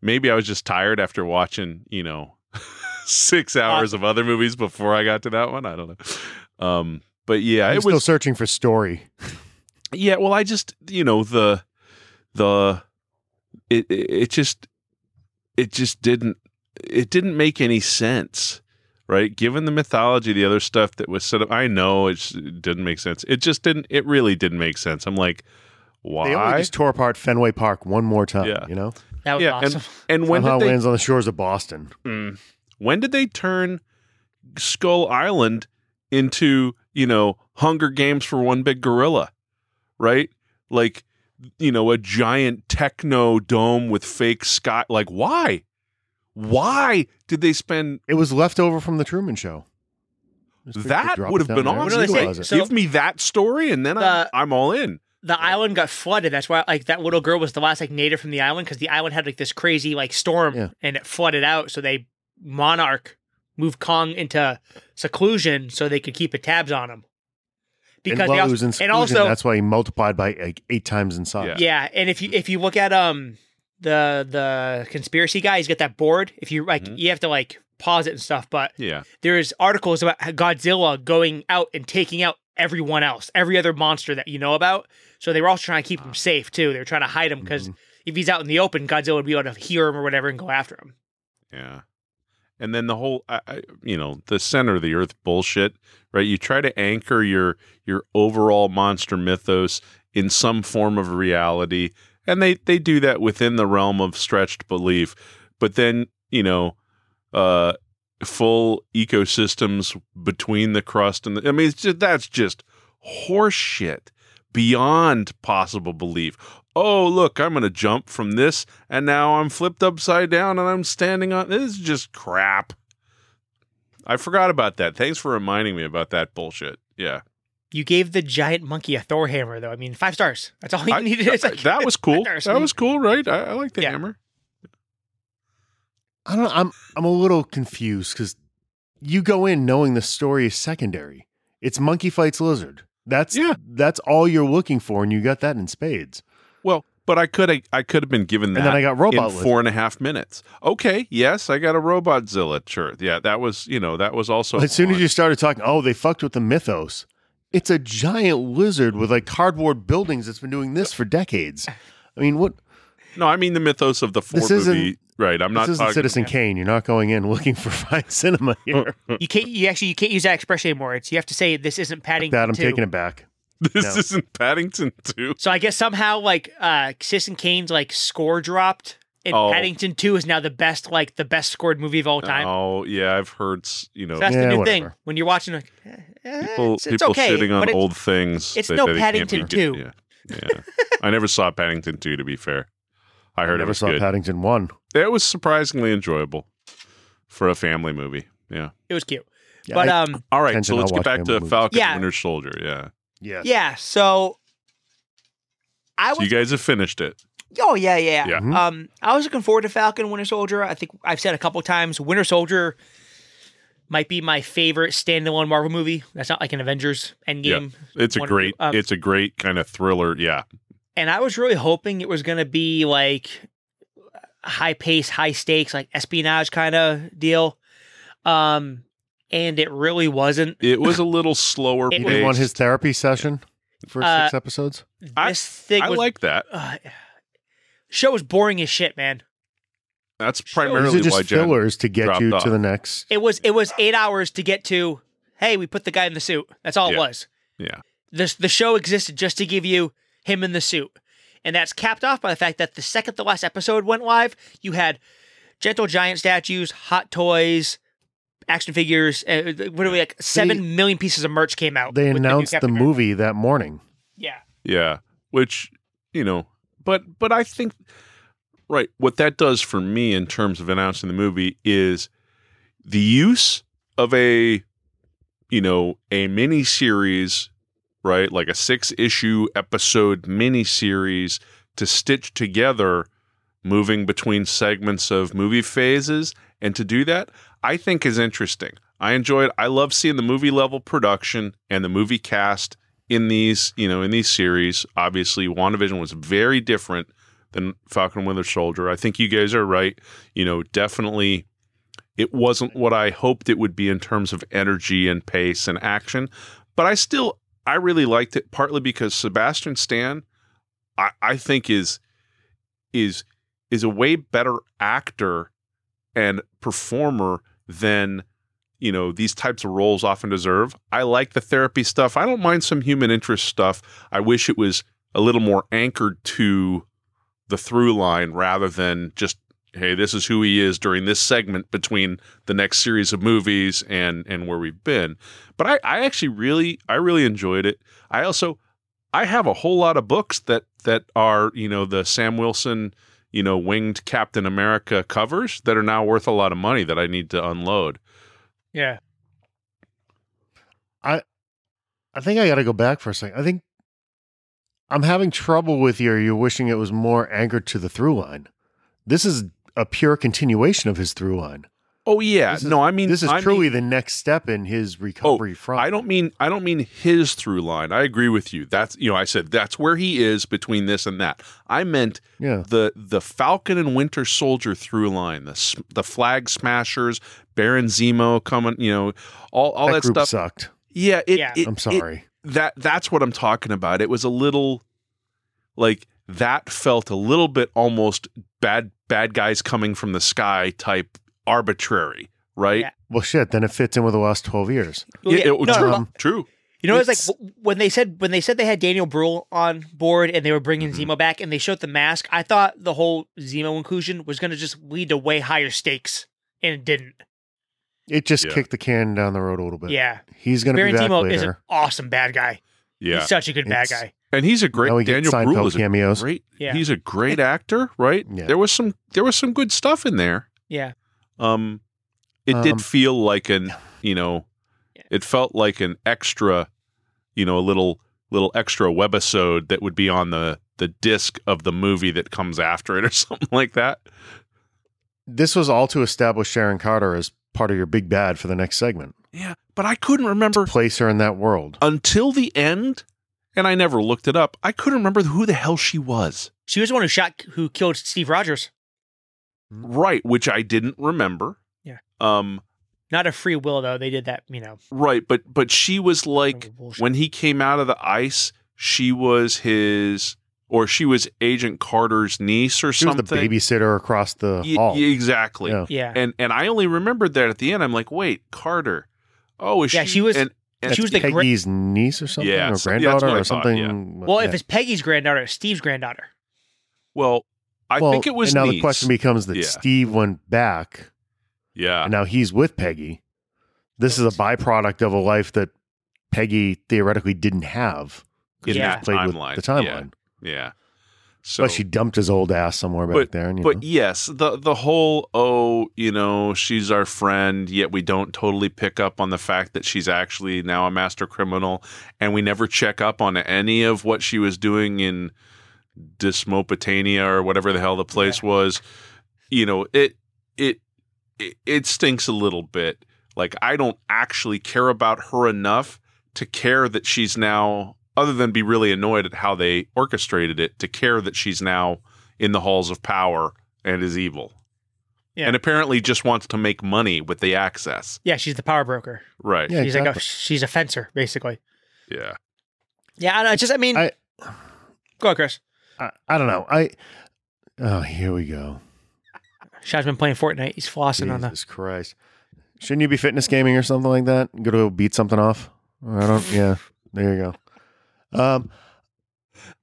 Speaker 3: maybe I was just tired after watching, you know, 6 hours of other movies before I got to that one. I don't know. Um but yeah,
Speaker 2: I'm
Speaker 3: it
Speaker 2: still
Speaker 3: was
Speaker 2: searching for story.
Speaker 3: yeah, well I just, you know, the the it it it just it just didn't it didn't make any sense. Right, given the mythology, the other stuff that was set up, I know it's, it didn't make sense. It just didn't. It really didn't make sense. I'm like, why?
Speaker 2: They only just tore apart Fenway Park one more time.
Speaker 3: Yeah.
Speaker 2: You know,
Speaker 1: That was
Speaker 3: Yeah,
Speaker 1: awesome.
Speaker 3: and when
Speaker 2: somehow
Speaker 3: did they
Speaker 2: lands on the shores of Boston.
Speaker 3: Mm. When did they turn Skull Island into, you know, Hunger Games for one big gorilla? Right? Like, you know, a giant techno dome with fake sky. Like, why? Why did they spend
Speaker 2: It was left over from the Truman Show. Just figured
Speaker 3: that?
Speaker 2: drop
Speaker 3: Would
Speaker 2: it
Speaker 3: have
Speaker 2: down
Speaker 3: been
Speaker 2: there and
Speaker 1: What do
Speaker 3: awesome.
Speaker 1: they say?
Speaker 2: utilize it.
Speaker 1: So-
Speaker 3: Give me that story, and then I'm,
Speaker 1: The-
Speaker 3: I'm all in.
Speaker 1: the island got flooded. That's why like that little girl was the last like native from the island because the island had like this crazy like storm
Speaker 2: Yeah.
Speaker 1: and it flooded out. So they monarch moved Kong into seclusion so they could keep a tabs on him.
Speaker 2: and
Speaker 1: Because
Speaker 2: while
Speaker 1: they
Speaker 2: he
Speaker 1: also,
Speaker 2: was in seclusion,
Speaker 1: and also
Speaker 2: that's why he multiplied by like eight times in size.
Speaker 3: Yeah.
Speaker 1: yeah, and if you if you look at um the the conspiracy guy, he's got that board. If you like,
Speaker 2: Mm-hmm.
Speaker 3: Mhm.
Speaker 1: you have to like pause it and stuff. But
Speaker 3: Yeah.
Speaker 1: there's articles about how Godzilla going out and taking out everyone else, every other monster that you know about. So they were also trying to keep him safe too. They were trying to hide him because
Speaker 2: Mhm.
Speaker 1: if he's out in the open, Godzilla would be able to hear him or whatever and go after him.
Speaker 3: Yeah. And then the whole, I, I, you know, the center of the earth bullshit, right? You try to anchor your your overall monster mythos in some form of reality, and they they do that within the realm of stretched belief. But then, you know, uh, full ecosystems between the crust and the, I mean, it's just, that's just horseshit beyond possible belief. Oh, look, I'm going to jump from this, and now I'm flipped upside down and I'm standing on this is just crap. I forgot about that. Thanks for reminding me about that bullshit. Yeah.
Speaker 1: You gave the giant monkey a Thor hammer though. I mean, five stars. That's all you
Speaker 3: I-
Speaker 1: needed. It's like,
Speaker 3: that was cool.
Speaker 1: Five stars.
Speaker 3: That was cool, right? I, I like the
Speaker 1: Yeah.
Speaker 3: hammer.
Speaker 2: Mm-hmm. I don't. I'm I'm a little confused because you go in knowing the story is secondary. It's monkey fights lizard. That's
Speaker 3: Yeah.
Speaker 2: That's all you're looking for, and you got that in spades.
Speaker 3: Well, but I could I, I could have been given that.
Speaker 2: and then I got robot
Speaker 3: in
Speaker 2: lizard.
Speaker 3: four and a half minutes. Okay, yes, I got a robot Zilla shirt. Yeah, that was you know that was also
Speaker 2: as soon as
Speaker 3: fun.
Speaker 2: you started talking, oh, they fucked with the mythos. It's a giant lizard with like cardboard buildings that's been doing this for decades. I mean, what?
Speaker 3: no, I mean the mythos of the four
Speaker 2: This isn't-
Speaker 3: movie. Right, I'm not
Speaker 2: this isn't
Speaker 3: talking-
Speaker 2: Citizen Kane. You're not going in looking for fine cinema here.
Speaker 1: you can't. You actually you can't use that expression anymore. It's you have to say this isn't Paddington.
Speaker 2: that I'm
Speaker 1: 2."
Speaker 2: taking it back.
Speaker 3: This
Speaker 2: No.
Speaker 3: isn't Paddington Two.
Speaker 1: So I guess somehow like uh Citizen Kane's like score dropped and
Speaker 3: Oh.
Speaker 1: Paddington 2 is now the best like the best scored movie of all time.
Speaker 3: Oh yeah, I've heard s- you know
Speaker 1: So that's
Speaker 2: Yeah,
Speaker 1: the new
Speaker 2: whatever.
Speaker 1: thing when you're watching like eh, eh,
Speaker 3: people
Speaker 1: it's, it's
Speaker 3: people
Speaker 1: okay,
Speaker 3: shitting on
Speaker 1: but it-
Speaker 3: old things.
Speaker 1: it's
Speaker 3: that-
Speaker 1: no
Speaker 3: that it can't
Speaker 1: Paddington
Speaker 3: be good.
Speaker 1: 2.
Speaker 3: Yeah, yeah. I never saw Paddington Two. To be fair, I heard it
Speaker 2: never
Speaker 3: was
Speaker 2: saw
Speaker 3: good.
Speaker 2: Paddington one.
Speaker 3: it was surprisingly enjoyable for a family movie. Yeah.
Speaker 1: it was cute.
Speaker 2: Yeah,
Speaker 1: but
Speaker 2: I-
Speaker 1: um
Speaker 3: All right,
Speaker 2: Attention,
Speaker 3: so let's
Speaker 2: I'll
Speaker 3: get
Speaker 2: watch
Speaker 3: back
Speaker 2: family
Speaker 3: to
Speaker 2: movies.
Speaker 3: Falcon
Speaker 1: Yeah.
Speaker 3: Winter Soldier. Yeah,
Speaker 2: yes.
Speaker 1: yeah, so I
Speaker 3: so
Speaker 1: was
Speaker 3: you guys have finished it.
Speaker 1: Oh yeah, yeah.
Speaker 3: Yeah.
Speaker 2: Mhm.
Speaker 1: Um, I was looking forward to Falcon Winter Soldier. I think I've said a couple times Winter Soldier might be my favorite standalone Marvel movie. That's not like an Avengers Endgame.
Speaker 3: It's a
Speaker 1: One-
Speaker 3: great,
Speaker 1: um,
Speaker 3: it's a great kind of thriller. Yeah,
Speaker 1: And I was really hoping it was gonna be like high pace, high stakes, like espionage kind of deal. Um, and it really wasn't.
Speaker 3: it was a little slower.
Speaker 1: It
Speaker 2: He
Speaker 1: was-
Speaker 2: didn't want
Speaker 3: paced.
Speaker 2: his therapy session for
Speaker 1: Uh,
Speaker 2: six episodes.
Speaker 1: This
Speaker 3: I-
Speaker 1: thing
Speaker 3: I
Speaker 1: was
Speaker 3: like that.
Speaker 1: uh, show was boring as shit, man.
Speaker 3: That's
Speaker 1: Sure.
Speaker 2: These
Speaker 3: primarily
Speaker 2: are
Speaker 3: why
Speaker 2: just
Speaker 3: Jen
Speaker 2: fillers to get you
Speaker 3: dropped
Speaker 2: to
Speaker 3: off.
Speaker 2: the next.
Speaker 1: It was it was eight hours to get to. Hey, we put the guy in the suit. That's all
Speaker 3: Yeah.
Speaker 1: it was.
Speaker 3: Yeah.
Speaker 1: This the show existed just to give you him in the suit, and that's capped off by the fact that the second the last episode went live, you had gentle giant statues, hot toys, action figures. Uh, literally, like seven million pieces of merch came out.
Speaker 2: They
Speaker 1: with new
Speaker 2: announced the,
Speaker 1: Captain America.
Speaker 2: movie that morning.
Speaker 1: Yeah.
Speaker 3: Yeah, which you know, but but I think right what that does for me in terms of announcing the movie is the use of a you know a mini series right? Like a six issue episode miniseries to stitch together moving between segments of movie phases. And to do that, I think is interesting. I enjoy it. I love seeing the movie level production and the movie cast in these, you know, in these series. Obviously, WandaVision was very different than Falcon and Winter Soldier. I think you guys are right. You know, definitely it wasn't what I hoped it would be in terms of energy and pace and action, but I still I really liked it partly because Sebastian Stan I, I think is is is a way better actor and performer than you know these types of roles often deserve. I like the therapy stuff. I don't mind some human interest stuff. I wish it was a little more anchored to the through line rather than just hey, this is who he is during this segment between the next series of movies and and where we've been. But I, I actually really I really enjoyed it. I also I have a whole lot of books that that are, you know, the Sam Wilson, you know, winged Captain America covers that are now worth a lot of money that I need to unload.
Speaker 1: Yeah.
Speaker 2: I think I got to go back for a second. I think I'm having trouble with your you're wishing it was more anchored to the through line. This is a pure continuation of his through line.
Speaker 3: Oh yeah.
Speaker 2: This is-
Speaker 3: no, I mean
Speaker 2: This is
Speaker 3: I mean- Oh,
Speaker 2: truly the next step in his recovery from.
Speaker 3: I don't mean I don't mean his through line. I agree with you. That's you know, I said that's where he is between this and that. I meant
Speaker 2: Yeah.
Speaker 3: the the Falcon and Winter Soldier through line, the s- the Flag Smashers, Baron Zemo coming, you know, all all
Speaker 2: that
Speaker 3: that,
Speaker 2: group
Speaker 3: stuff.
Speaker 2: sucked.
Speaker 3: Yeah, it,
Speaker 1: Yeah.
Speaker 3: it-
Speaker 2: I'm
Speaker 3: it-
Speaker 2: sorry.
Speaker 3: that that's what I'm talking about. It was a little like that felt a little bit almost bad bad guys coming from the sky type arbitrary, right?
Speaker 1: Yeah.
Speaker 2: well, shit. Then it fits in with the last 12 years.
Speaker 1: Well, yeah,
Speaker 3: It- it-
Speaker 1: no,
Speaker 3: true,
Speaker 1: no, no.
Speaker 3: true.
Speaker 1: You know, it's,
Speaker 2: It's-
Speaker 1: like w- when they said when they said they had Daniel Bruhl on board and they were bringing
Speaker 2: Mm-hmm.
Speaker 3: Mhm.
Speaker 1: Zemo back and they showed the mask. I thought the whole Zemo inclusion was going to just lead to way higher stakes, and it didn't.
Speaker 2: It just
Speaker 3: Yeah.
Speaker 2: kicked the can down the road a little bit.
Speaker 1: yeah,
Speaker 2: He's going to be
Speaker 1: Baron
Speaker 2: back
Speaker 1: Zemo is an
Speaker 2: later.
Speaker 1: awesome bad guy.
Speaker 3: Yeah.
Speaker 1: He's such a good bad
Speaker 2: It's-
Speaker 1: guy.
Speaker 3: And he's a great
Speaker 2: now we get
Speaker 3: Daniel Brühl
Speaker 2: Seinfeld
Speaker 3: is a
Speaker 2: cameos.
Speaker 3: great.
Speaker 1: Yeah.
Speaker 3: He's a great actor, right?
Speaker 2: Yeah.
Speaker 3: There was some there was some good stuff in there.
Speaker 1: Yeah,
Speaker 3: Um it did
Speaker 2: Um,
Speaker 3: feel like an, you know,
Speaker 1: Yeah.
Speaker 3: it felt like an extra, you know, a little little extra webisode that would be on the the disc of the movie that comes after it or something like that.
Speaker 2: This was all to establish Sharon Carter as part of your big bad for the next segment.
Speaker 3: Yeah, but I couldn't remember
Speaker 2: Place her in that world.
Speaker 3: until the end and I never looked it up. I couldn't remember who the hell she was.
Speaker 1: she was the one who shot who killed Steve Rogers.
Speaker 3: Right, which I didn't remember.
Speaker 1: Yeah.
Speaker 3: Um
Speaker 1: Not a free will though. They did that. You know,
Speaker 3: Right, but but she was like
Speaker 1: horrible bullshit.
Speaker 3: when he came out of the ice, she was his or she was Agent Carter's niece or
Speaker 2: She was the
Speaker 3: something.
Speaker 2: babysitter across the
Speaker 3: Ye-
Speaker 2: hall.
Speaker 3: ye- exactly.
Speaker 2: Yeah.
Speaker 1: yeah,
Speaker 3: And and I only remembered that at the end. I'm like, wait, Carter. Oh, is
Speaker 1: Yeah,
Speaker 3: she?
Speaker 1: she was-
Speaker 3: And, and
Speaker 1: she was the great-
Speaker 2: Peggy's niece or something,
Speaker 3: Yeah,
Speaker 2: or
Speaker 3: so- yeah, that's
Speaker 2: granddaughter
Speaker 3: what I
Speaker 2: or
Speaker 3: thought,
Speaker 2: something.
Speaker 1: well,
Speaker 2: Yeah.
Speaker 1: if it's Peggy's granddaughter, it's Steve's granddaughter.
Speaker 3: well, I
Speaker 2: Well,
Speaker 3: think it was.
Speaker 2: And now the
Speaker 3: niece.
Speaker 2: question becomes that
Speaker 3: Yeah.
Speaker 2: Steve went back,
Speaker 3: Yeah.
Speaker 2: and now he's with Peggy. This is a byproduct of a life that Peggy theoretically didn't have because
Speaker 1: Yeah.
Speaker 2: played
Speaker 3: Timeline,
Speaker 2: with the
Speaker 3: yeah.
Speaker 2: timeline.
Speaker 3: Yeah. So
Speaker 2: But she dumped his old ass somewhere back there. And, you
Speaker 3: But
Speaker 2: know,
Speaker 3: yes, the the whole oh, you know, she's our friend, yet we don't totally pick up on the fact that she's actually now a master criminal, and we never check up on any of what she was doing in Dysmopotania or whatever the hell the place was. You know, it it it, it stinks a little bit. Like I don't actually care about her enough to care that she's now other than be really annoyed at how they orchestrated it to care that she's now in the halls of power and is evil.
Speaker 1: Yeah.
Speaker 3: And apparently just wants to make money with the access.
Speaker 1: Yeah, she's the power broker.
Speaker 3: Right. Yeah.
Speaker 2: yeah,
Speaker 1: she's like a,
Speaker 2: exactly.
Speaker 1: she's a fencer basically. Yeah, I don't know. Just I mean,
Speaker 2: I-
Speaker 1: go on, Chris.
Speaker 2: I, I don't know. I oh, here we go.
Speaker 1: Shad's been playing Fortnite. He's flossing on the.
Speaker 2: Jesus Christ! Shouldn't you be fitness gaming or something like that? Go to beat something off. I don't. Yeah, there you go. Um,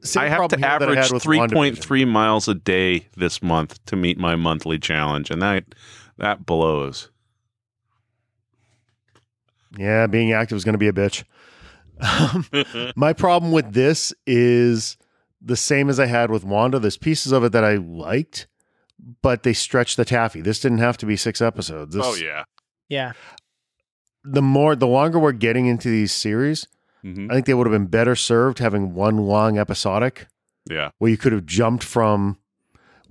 Speaker 2: same
Speaker 3: I have
Speaker 2: problem
Speaker 3: to
Speaker 2: here that I
Speaker 3: average
Speaker 2: had with WandaVision.
Speaker 3: 3.3 miles a day this month to meet my monthly challenge. And that that blows.
Speaker 2: Yeah, being active is going to be a bitch. Um, my problem with this is the same as I had with Wanda. There's pieces of it that I liked, but they stretched the taffy. This didn't have to be six episodes. This,
Speaker 3: oh yeah.
Speaker 1: Yeah,
Speaker 2: The more, the longer we're getting into these series,
Speaker 3: Mhm.
Speaker 2: I think they would have been better served having one long episodic
Speaker 3: Yeah.
Speaker 2: where you could have jumped from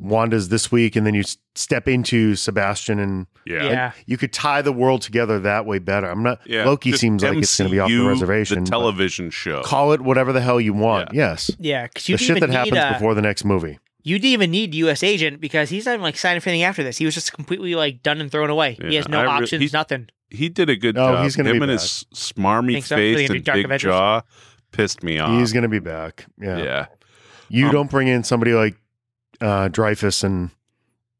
Speaker 2: Wanda's this week and then you s- step into Sebastian and
Speaker 3: Yeah.
Speaker 1: Yeah.
Speaker 2: you could tie the world together that way better. I'm not
Speaker 3: Yeah.
Speaker 2: Loki
Speaker 3: Just
Speaker 2: seems like it's going to be off the
Speaker 3: MCU,
Speaker 2: reservation. but
Speaker 3: The television show.
Speaker 2: Call it whatever the hell you want. Yes.
Speaker 1: Yeah, because you
Speaker 2: the
Speaker 1: didn't
Speaker 2: shit
Speaker 1: even
Speaker 2: that happens
Speaker 1: need, uh,
Speaker 2: before the next movie.
Speaker 1: You didn't even need U.S. agent because he's not even like signed for anything after this. He was just completely like done and thrown away. he
Speaker 3: Yeah,
Speaker 1: has no
Speaker 3: I re-
Speaker 1: options,
Speaker 3: he's-
Speaker 1: nothing.
Speaker 3: he did a good
Speaker 2: No,
Speaker 3: job.
Speaker 2: he's gonna
Speaker 3: Him
Speaker 2: be
Speaker 3: and
Speaker 2: back.
Speaker 3: his s- smarmy
Speaker 1: Think so? He's gonna
Speaker 3: face
Speaker 1: do
Speaker 3: and
Speaker 1: Dark
Speaker 3: big
Speaker 1: Avengers.
Speaker 3: jaw pissed me off.
Speaker 2: He's going to be back. Yeah.
Speaker 3: Uh-huh. yeah.
Speaker 2: You
Speaker 3: Um,
Speaker 2: don't bring in somebody like uh, Dreyfus and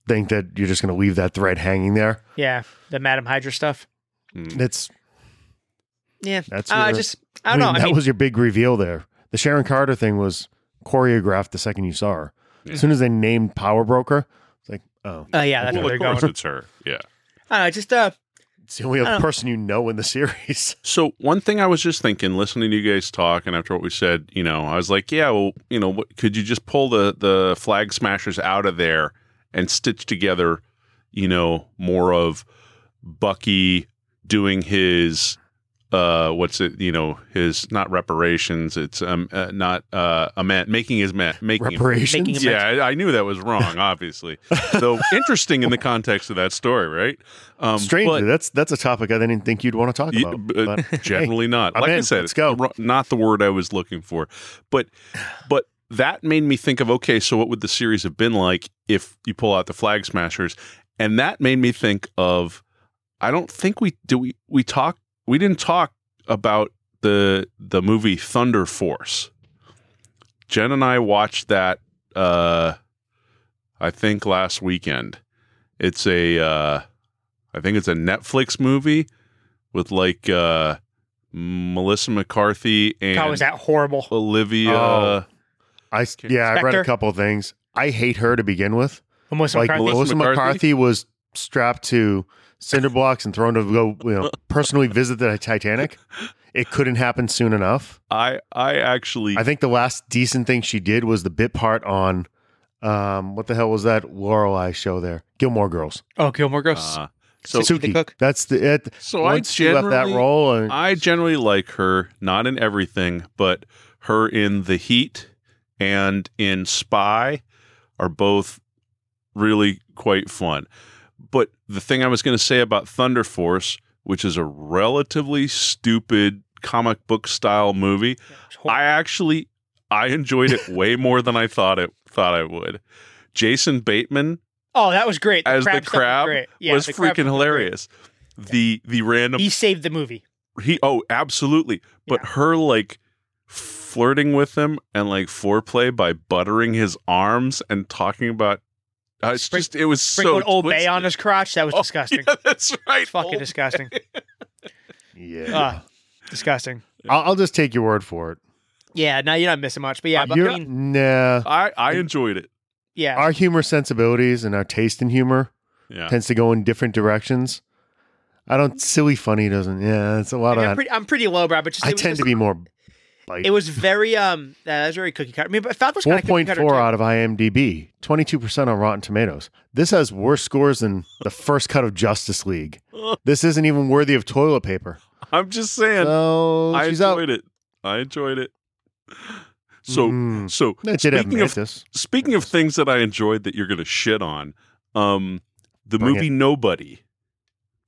Speaker 2: think that you're just going to leave that thread hanging there.
Speaker 1: Yeah, the Madam Hydra stuff.
Speaker 3: Mm.
Speaker 2: That's
Speaker 1: Yeah,
Speaker 2: that's
Speaker 1: I
Speaker 2: your-
Speaker 1: Uh, just I don't
Speaker 2: mean,
Speaker 1: know.
Speaker 2: That
Speaker 1: I mean,
Speaker 2: was your big reveal there. The Sharon Carter thing was choreographed the second you saw her. As soon as they named Power Broker, it's like, oh,
Speaker 1: uh, yeah, that's
Speaker 3: Well,
Speaker 1: where they're
Speaker 3: of course
Speaker 1: going.
Speaker 3: it's her. Yeah.
Speaker 1: I don't know, just uh,
Speaker 2: it's the only
Speaker 1: I
Speaker 2: other
Speaker 1: don't-
Speaker 2: person you know in the series.
Speaker 3: So one thing I was just thinking, listening to you guys talk, and after what we said, you know, I was like, yeah, well, you know, what, could you just pull the the flag smashers out of there and stitch together, you know, more of Bucky doing his uh what's it you know his not reparations it's um uh, not uh a man making his man making
Speaker 2: Reparations.
Speaker 1: making
Speaker 3: yeah I, I knew that was wrong obviously though interesting in the context of that story right um
Speaker 2: Strangely,
Speaker 3: but-
Speaker 2: that's that's a topic I didn't think you'd want to talk
Speaker 3: Ye-
Speaker 2: about.
Speaker 3: b- uh,
Speaker 2: but, hey,
Speaker 3: generally not.
Speaker 2: I'm
Speaker 3: Like I
Speaker 2: in.
Speaker 3: said,
Speaker 2: Let's go.
Speaker 3: ro- not the word I was looking for. But but that made me think of okay, so what would the series have been like if you pull out the flag smashers? And that made me think of I don't think we do we we talk we didn't talk about the the movie Thunder Force. Jen and I watched that uh I think last weekend. It's a uh I think it's a Netflix movie with like uh Melissa McCarthy and
Speaker 1: God, was Oh, that horrible?
Speaker 3: Olivia
Speaker 2: Oh. I yeah, I read
Speaker 1: Spectre?
Speaker 2: a couple of things. I hate her to begin with.
Speaker 1: Almost
Speaker 2: like
Speaker 1: McCarthy.
Speaker 2: Melissa
Speaker 3: Melissa
Speaker 2: McCarthy?
Speaker 3: McCarthy?
Speaker 2: was strapped to cinder blocks and thrown to go you know, personally visit the Titanic. It couldn't happen soon enough.
Speaker 3: I I actually
Speaker 2: I think the last decent thing she did was the bit part on um what the hell was that Lorelei show there? Gilmore Girls.
Speaker 1: oh, Gilmore Girls.
Speaker 3: uh, so
Speaker 1: Suki the cook.
Speaker 2: That's the it.
Speaker 3: so I
Speaker 2: once she left that
Speaker 3: generally-
Speaker 2: role and
Speaker 3: I generally like her, not in everything, but her in The Heat and in Spy are both really quite fun. But the thing I was going to say about Thunder Force, which is a relatively stupid comic book style movie,
Speaker 1: It's hor-
Speaker 3: I actually I enjoyed it way more than I thought it thought I would. Jason Bateman
Speaker 1: oh, that was great.
Speaker 3: as the
Speaker 1: crab stuff was
Speaker 3: crab
Speaker 1: great. Yeah,
Speaker 3: was
Speaker 1: the crab
Speaker 3: freaking
Speaker 1: stuff
Speaker 3: hilarious. The the random
Speaker 1: great. He saved the movie.
Speaker 3: he oh absolutely but her like flirting with him and like foreplay by buttering his arms and talking about uh, it's
Speaker 1: Sprink-
Speaker 3: just it was
Speaker 1: Sprinkled
Speaker 3: so
Speaker 1: Old Bay
Speaker 3: twisted.
Speaker 1: on his crotch. That was
Speaker 3: Oh,
Speaker 1: disgusting.
Speaker 3: yeah, that's right
Speaker 1: It's fucking
Speaker 3: Old-
Speaker 1: disgusting.
Speaker 2: yeah.
Speaker 3: Ah.
Speaker 1: Uh, disgusting.
Speaker 2: I'll, I'll just take your word for it.
Speaker 1: Yeah, no, you're not missing much. But yeah, but,
Speaker 2: Uh, You're-
Speaker 1: I mean,
Speaker 2: nah.
Speaker 3: I I enjoyed it
Speaker 1: yeah,
Speaker 2: Our humor sensibilities and our taste in humor
Speaker 3: yeah
Speaker 2: tends to go in different directions. I don't silly funny doesn't. Yeah, it's a
Speaker 1: I
Speaker 2: lot of
Speaker 1: am
Speaker 2: that.
Speaker 1: pretty, I'm pretty low, brow, but just
Speaker 2: I
Speaker 1: it was
Speaker 2: tend
Speaker 1: just-
Speaker 2: to be more bite.
Speaker 1: It was very um uh, that was very cookie cutter. I mean, but Falcon was kind of cookie
Speaker 2: 4.4
Speaker 1: cutter. too.
Speaker 2: out of IMDb, 22% on Rotten Tomatoes. This has worse scores than the first cut of Justice League. This isn't even worthy of toilet paper.
Speaker 3: I'm just saying
Speaker 2: So
Speaker 3: I
Speaker 2: she's out.
Speaker 3: enjoyed it I enjoyed it so
Speaker 1: Mm-hmm.
Speaker 2: Mm.
Speaker 3: so
Speaker 2: That did have
Speaker 3: speaking of
Speaker 2: Mantis.
Speaker 3: speaking of things that I enjoyed that you're gonna shit on um the
Speaker 2: Bring
Speaker 3: movie Nobody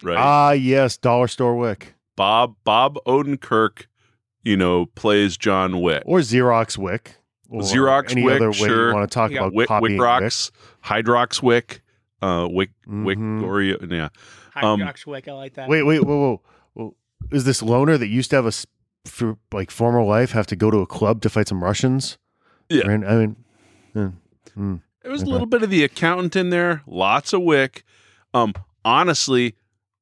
Speaker 3: right
Speaker 2: Ah, yes, Dollar Store Wick
Speaker 3: Bob Bob Odenkirk, you know, plays John Wick.
Speaker 2: or Xerox Wick. Or
Speaker 3: Xerox
Speaker 2: any
Speaker 3: Wick,
Speaker 2: other way
Speaker 3: sure.
Speaker 2: you want to talk
Speaker 1: You got
Speaker 2: about
Speaker 3: Wick,
Speaker 2: copying
Speaker 3: Wick Rocks, Hydrox Wick, uh, Wick Wick
Speaker 2: Mhm.
Speaker 3: Gloria. Yeah,
Speaker 1: High
Speaker 3: Um,
Speaker 1: Jock Schwick, I like that.
Speaker 2: Wait, wait, whoa, whoa, whoa. Is this loner that used to have a s- for, like former life have to go to a club to fight some Russians?
Speaker 3: Yeah.
Speaker 2: Ran- I mean,
Speaker 3: there was a
Speaker 2: Okay.
Speaker 3: little bit of the accountant in there. Lots of Wick. Um, honestly,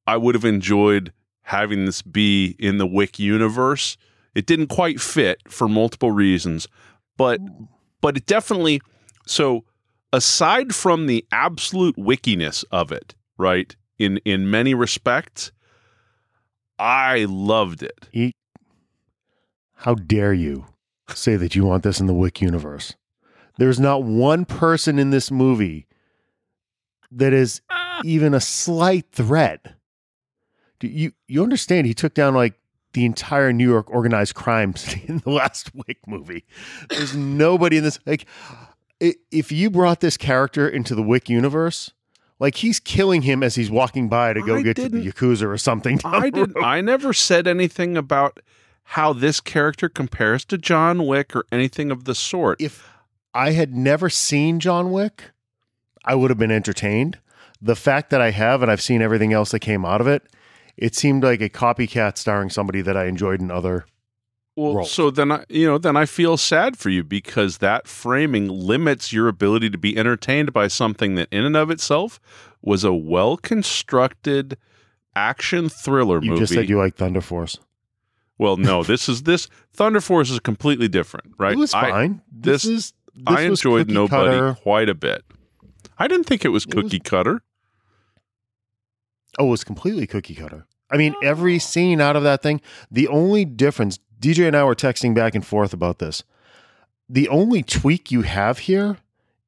Speaker 3: I would have enjoyed having this be in the Wick universe. It didn't quite fit for multiple reasons, but but it definitely so aside from the absolute wickiness of it, right? In in many respects, I loved it.
Speaker 2: How dare you say that you want this in the Wick universe? There's not one person in this movie that is even a slight threat. Do you you understand he took down like the entire New York organized crime scene in the last Wick movie. There's nobody in this. Like, i- if you brought this character into the Wick universe, like he's killing him as he's walking by to go
Speaker 3: I
Speaker 2: get to the
Speaker 3: didn't-
Speaker 2: Yakuza or something. down
Speaker 3: I
Speaker 2: the
Speaker 3: did.
Speaker 2: road.
Speaker 3: I never said anything about how this character compares to John Wick or anything of the sort.
Speaker 2: if I had never seen John Wick, I would have been entertained. The fact that I have and I've seen everything else that came out of it, it seemed like a copycat starring somebody that I enjoyed in other.
Speaker 3: Well,
Speaker 2: roles.
Speaker 3: so then I, you know, then I feel sad for you because that framing limits your ability to be entertained by something that, in and of itself, was a well-constructed action thriller
Speaker 2: You
Speaker 3: movie.
Speaker 2: just said you like Thunder Force.
Speaker 3: well, no, this is this Thunder Force is completely different, right?
Speaker 2: It was
Speaker 3: I-
Speaker 2: fine.
Speaker 3: this-
Speaker 2: is this
Speaker 3: I
Speaker 2: was
Speaker 3: enjoyed
Speaker 2: cookie
Speaker 3: Nobody
Speaker 2: cutter.
Speaker 3: quite a bit. I didn't think it was
Speaker 2: It was-
Speaker 3: cookie cutter.
Speaker 2: Oh, it was completely cookie cutter. I mean, every scene out of that thing, the only difference, DJ and I were texting back and forth about this. The only tweak you have here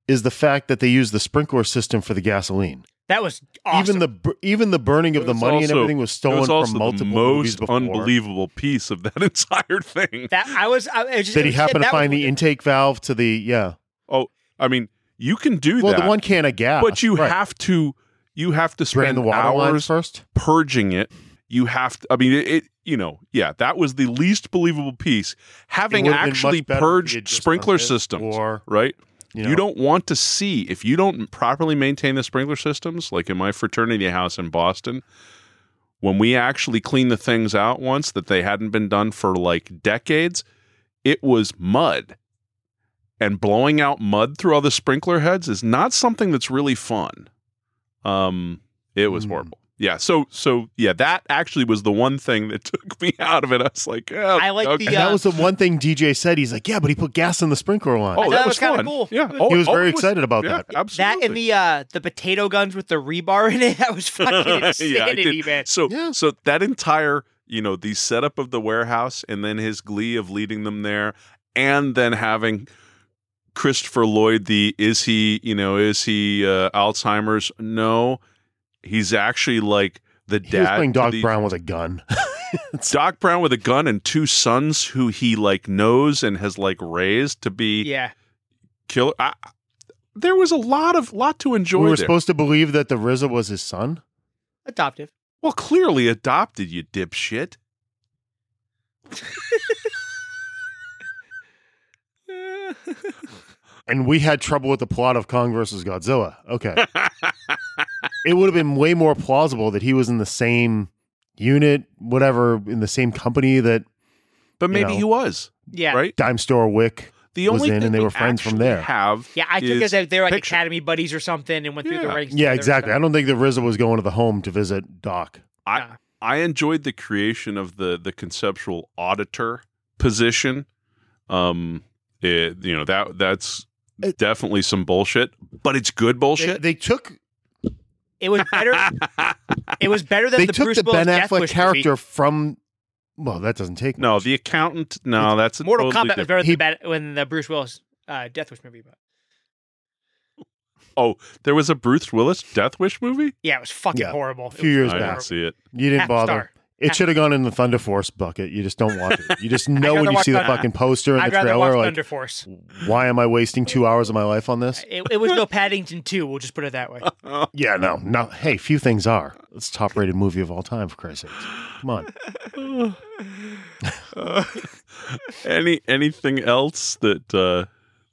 Speaker 2: is the fact that they use the sprinkler system for the gasoline.
Speaker 1: That was awesome.
Speaker 2: Even the bur- even the burning of
Speaker 3: It
Speaker 2: the
Speaker 3: was
Speaker 2: money and
Speaker 3: also-
Speaker 2: everything was stolen
Speaker 3: it was also
Speaker 2: from multiple
Speaker 3: the
Speaker 2: movies
Speaker 3: most
Speaker 2: before.
Speaker 3: unbelievable piece of that entire thing.
Speaker 1: that I was. I, it was just,
Speaker 2: Did
Speaker 1: it
Speaker 2: he
Speaker 1: was-
Speaker 2: happen to
Speaker 1: that was
Speaker 2: find
Speaker 1: what
Speaker 2: the intake valve to the yeah?
Speaker 3: I mean, you can do
Speaker 2: Well,
Speaker 3: that.
Speaker 2: the one can of gas,
Speaker 3: but you
Speaker 2: right.
Speaker 3: have to you have to
Speaker 2: drain
Speaker 3: spend
Speaker 2: the water lines
Speaker 3: hours
Speaker 2: first.
Speaker 3: purging it you have to i mean it, it you know yeah that was the least believable piece having
Speaker 2: It would've been much
Speaker 3: actually
Speaker 2: better if you had
Speaker 3: purged
Speaker 2: just done
Speaker 3: sprinkler
Speaker 2: this
Speaker 3: systems
Speaker 2: or
Speaker 3: right
Speaker 2: you,
Speaker 3: you,
Speaker 2: know,
Speaker 3: don't want to see if you don't properly maintain the sprinkler systems like in my fraternity house in boston when we actually cleaned the things out once that they hadn't been done for like decades it was mud and blowing out mud through all the sprinkler heads is not something that's really fun um it was
Speaker 2: Mm.
Speaker 3: horrible yeah so so yeah that actually was the one thing that took me out of it i was like oh,
Speaker 1: I like the,
Speaker 2: And
Speaker 1: uh,
Speaker 2: that was the one thing DJ said. He's like, yeah, but he put gas in the sprinkler line.
Speaker 1: I
Speaker 3: oh
Speaker 1: thought
Speaker 3: that
Speaker 1: it was
Speaker 3: was
Speaker 1: kinda
Speaker 3: fun
Speaker 1: cool.
Speaker 3: yeah
Speaker 2: he was
Speaker 3: Oh,
Speaker 2: very
Speaker 3: it
Speaker 2: excited about
Speaker 3: yeah,
Speaker 2: that.
Speaker 3: absolutely.
Speaker 1: That and the uh the potato guns with the rebar in it, that was fucking
Speaker 3: Yeah, I
Speaker 1: insanity,
Speaker 3: did.
Speaker 1: man.
Speaker 3: So
Speaker 2: Yeah.
Speaker 3: so that entire, you know, the setup of the warehouse and then his glee of leading them there and then having Christopher Lloyd the is he, you know, is he uh, Alzheimer's? No. He's actually like the
Speaker 2: He was
Speaker 3: dad
Speaker 2: playing
Speaker 3: to
Speaker 2: Doc
Speaker 3: the-
Speaker 2: Brown with a gun.
Speaker 3: Doc Brown with a gun and two sons who he like knows and has like raised to be
Speaker 1: Yeah.
Speaker 3: killer. I, I- there was a lot of lot to enjoy
Speaker 2: we were
Speaker 3: there.
Speaker 2: supposed to believe that the RZA was his son.
Speaker 1: Adoptive.
Speaker 3: well, clearly adopted, you dipshit.
Speaker 2: And we had trouble with the plot of Kong versus Godzilla. Okay. it would have been way more plausible that he was in the same unit, whatever, in the same company that
Speaker 3: But maybe
Speaker 2: know.
Speaker 3: he was
Speaker 1: Yeah.
Speaker 3: right.
Speaker 2: Dime Store Wick.
Speaker 3: The
Speaker 2: Was
Speaker 3: only
Speaker 2: in
Speaker 3: thing
Speaker 2: and they
Speaker 3: we
Speaker 2: were friends from
Speaker 3: actually
Speaker 2: there.
Speaker 3: Have
Speaker 1: Yeah, I took
Speaker 3: is-
Speaker 1: it as if they're like
Speaker 3: picture.
Speaker 1: academy buddies or something and went through the
Speaker 3: Yeah.
Speaker 1: ranks.
Speaker 2: Yeah,
Speaker 1: together or
Speaker 2: exactly. I
Speaker 1: something.
Speaker 2: don't think the RZA was going to the home to visit Doc.
Speaker 3: I I enjoyed the creation of the the conceptual auditor position. Um, it, you know that that's
Speaker 2: It-
Speaker 3: definitely some bullshit, but it's good
Speaker 2: They,
Speaker 3: bullshit.
Speaker 2: they took
Speaker 1: It was better it was better than
Speaker 2: they
Speaker 1: the
Speaker 2: took
Speaker 1: Bruce
Speaker 2: the
Speaker 1: Willis
Speaker 2: Ben
Speaker 1: Death
Speaker 2: Affleck
Speaker 1: Wish
Speaker 2: character
Speaker 1: movie.
Speaker 2: from. Well, that doesn't take
Speaker 3: no,
Speaker 2: much.
Speaker 3: the accountant. No, that's a
Speaker 1: Mortal
Speaker 3: totally
Speaker 1: Kombat was
Speaker 3: different-
Speaker 1: better than
Speaker 2: He-
Speaker 1: the bad, when the Bruce Willis uh, Death Wish movie. But
Speaker 3: There was a Bruce Willis Death Wish movie.
Speaker 1: yeah, it was fucking
Speaker 2: Yeah.
Speaker 1: horrible.
Speaker 2: few years
Speaker 3: I
Speaker 2: back.
Speaker 3: didn't see it.
Speaker 2: you didn't bother. It
Speaker 1: Half-
Speaker 2: should have gone in the Thunder Force bucket. You just don't watch it. You just know
Speaker 1: rather
Speaker 2: when you
Speaker 1: watch
Speaker 2: see the
Speaker 1: Thunder-
Speaker 2: fucking poster and
Speaker 1: I'd
Speaker 2: the
Speaker 1: rather watch
Speaker 2: trailer. Like,
Speaker 1: Thunder Force.
Speaker 2: why am I wasting two hours of my life on this?
Speaker 1: It, it was no Paddington 2, we'll just put it that way.
Speaker 2: Yeah, no, no. Hey, few things are. It's top rated movie of all time for Christ's sake. Come on.
Speaker 3: Uh, any anything else that uh,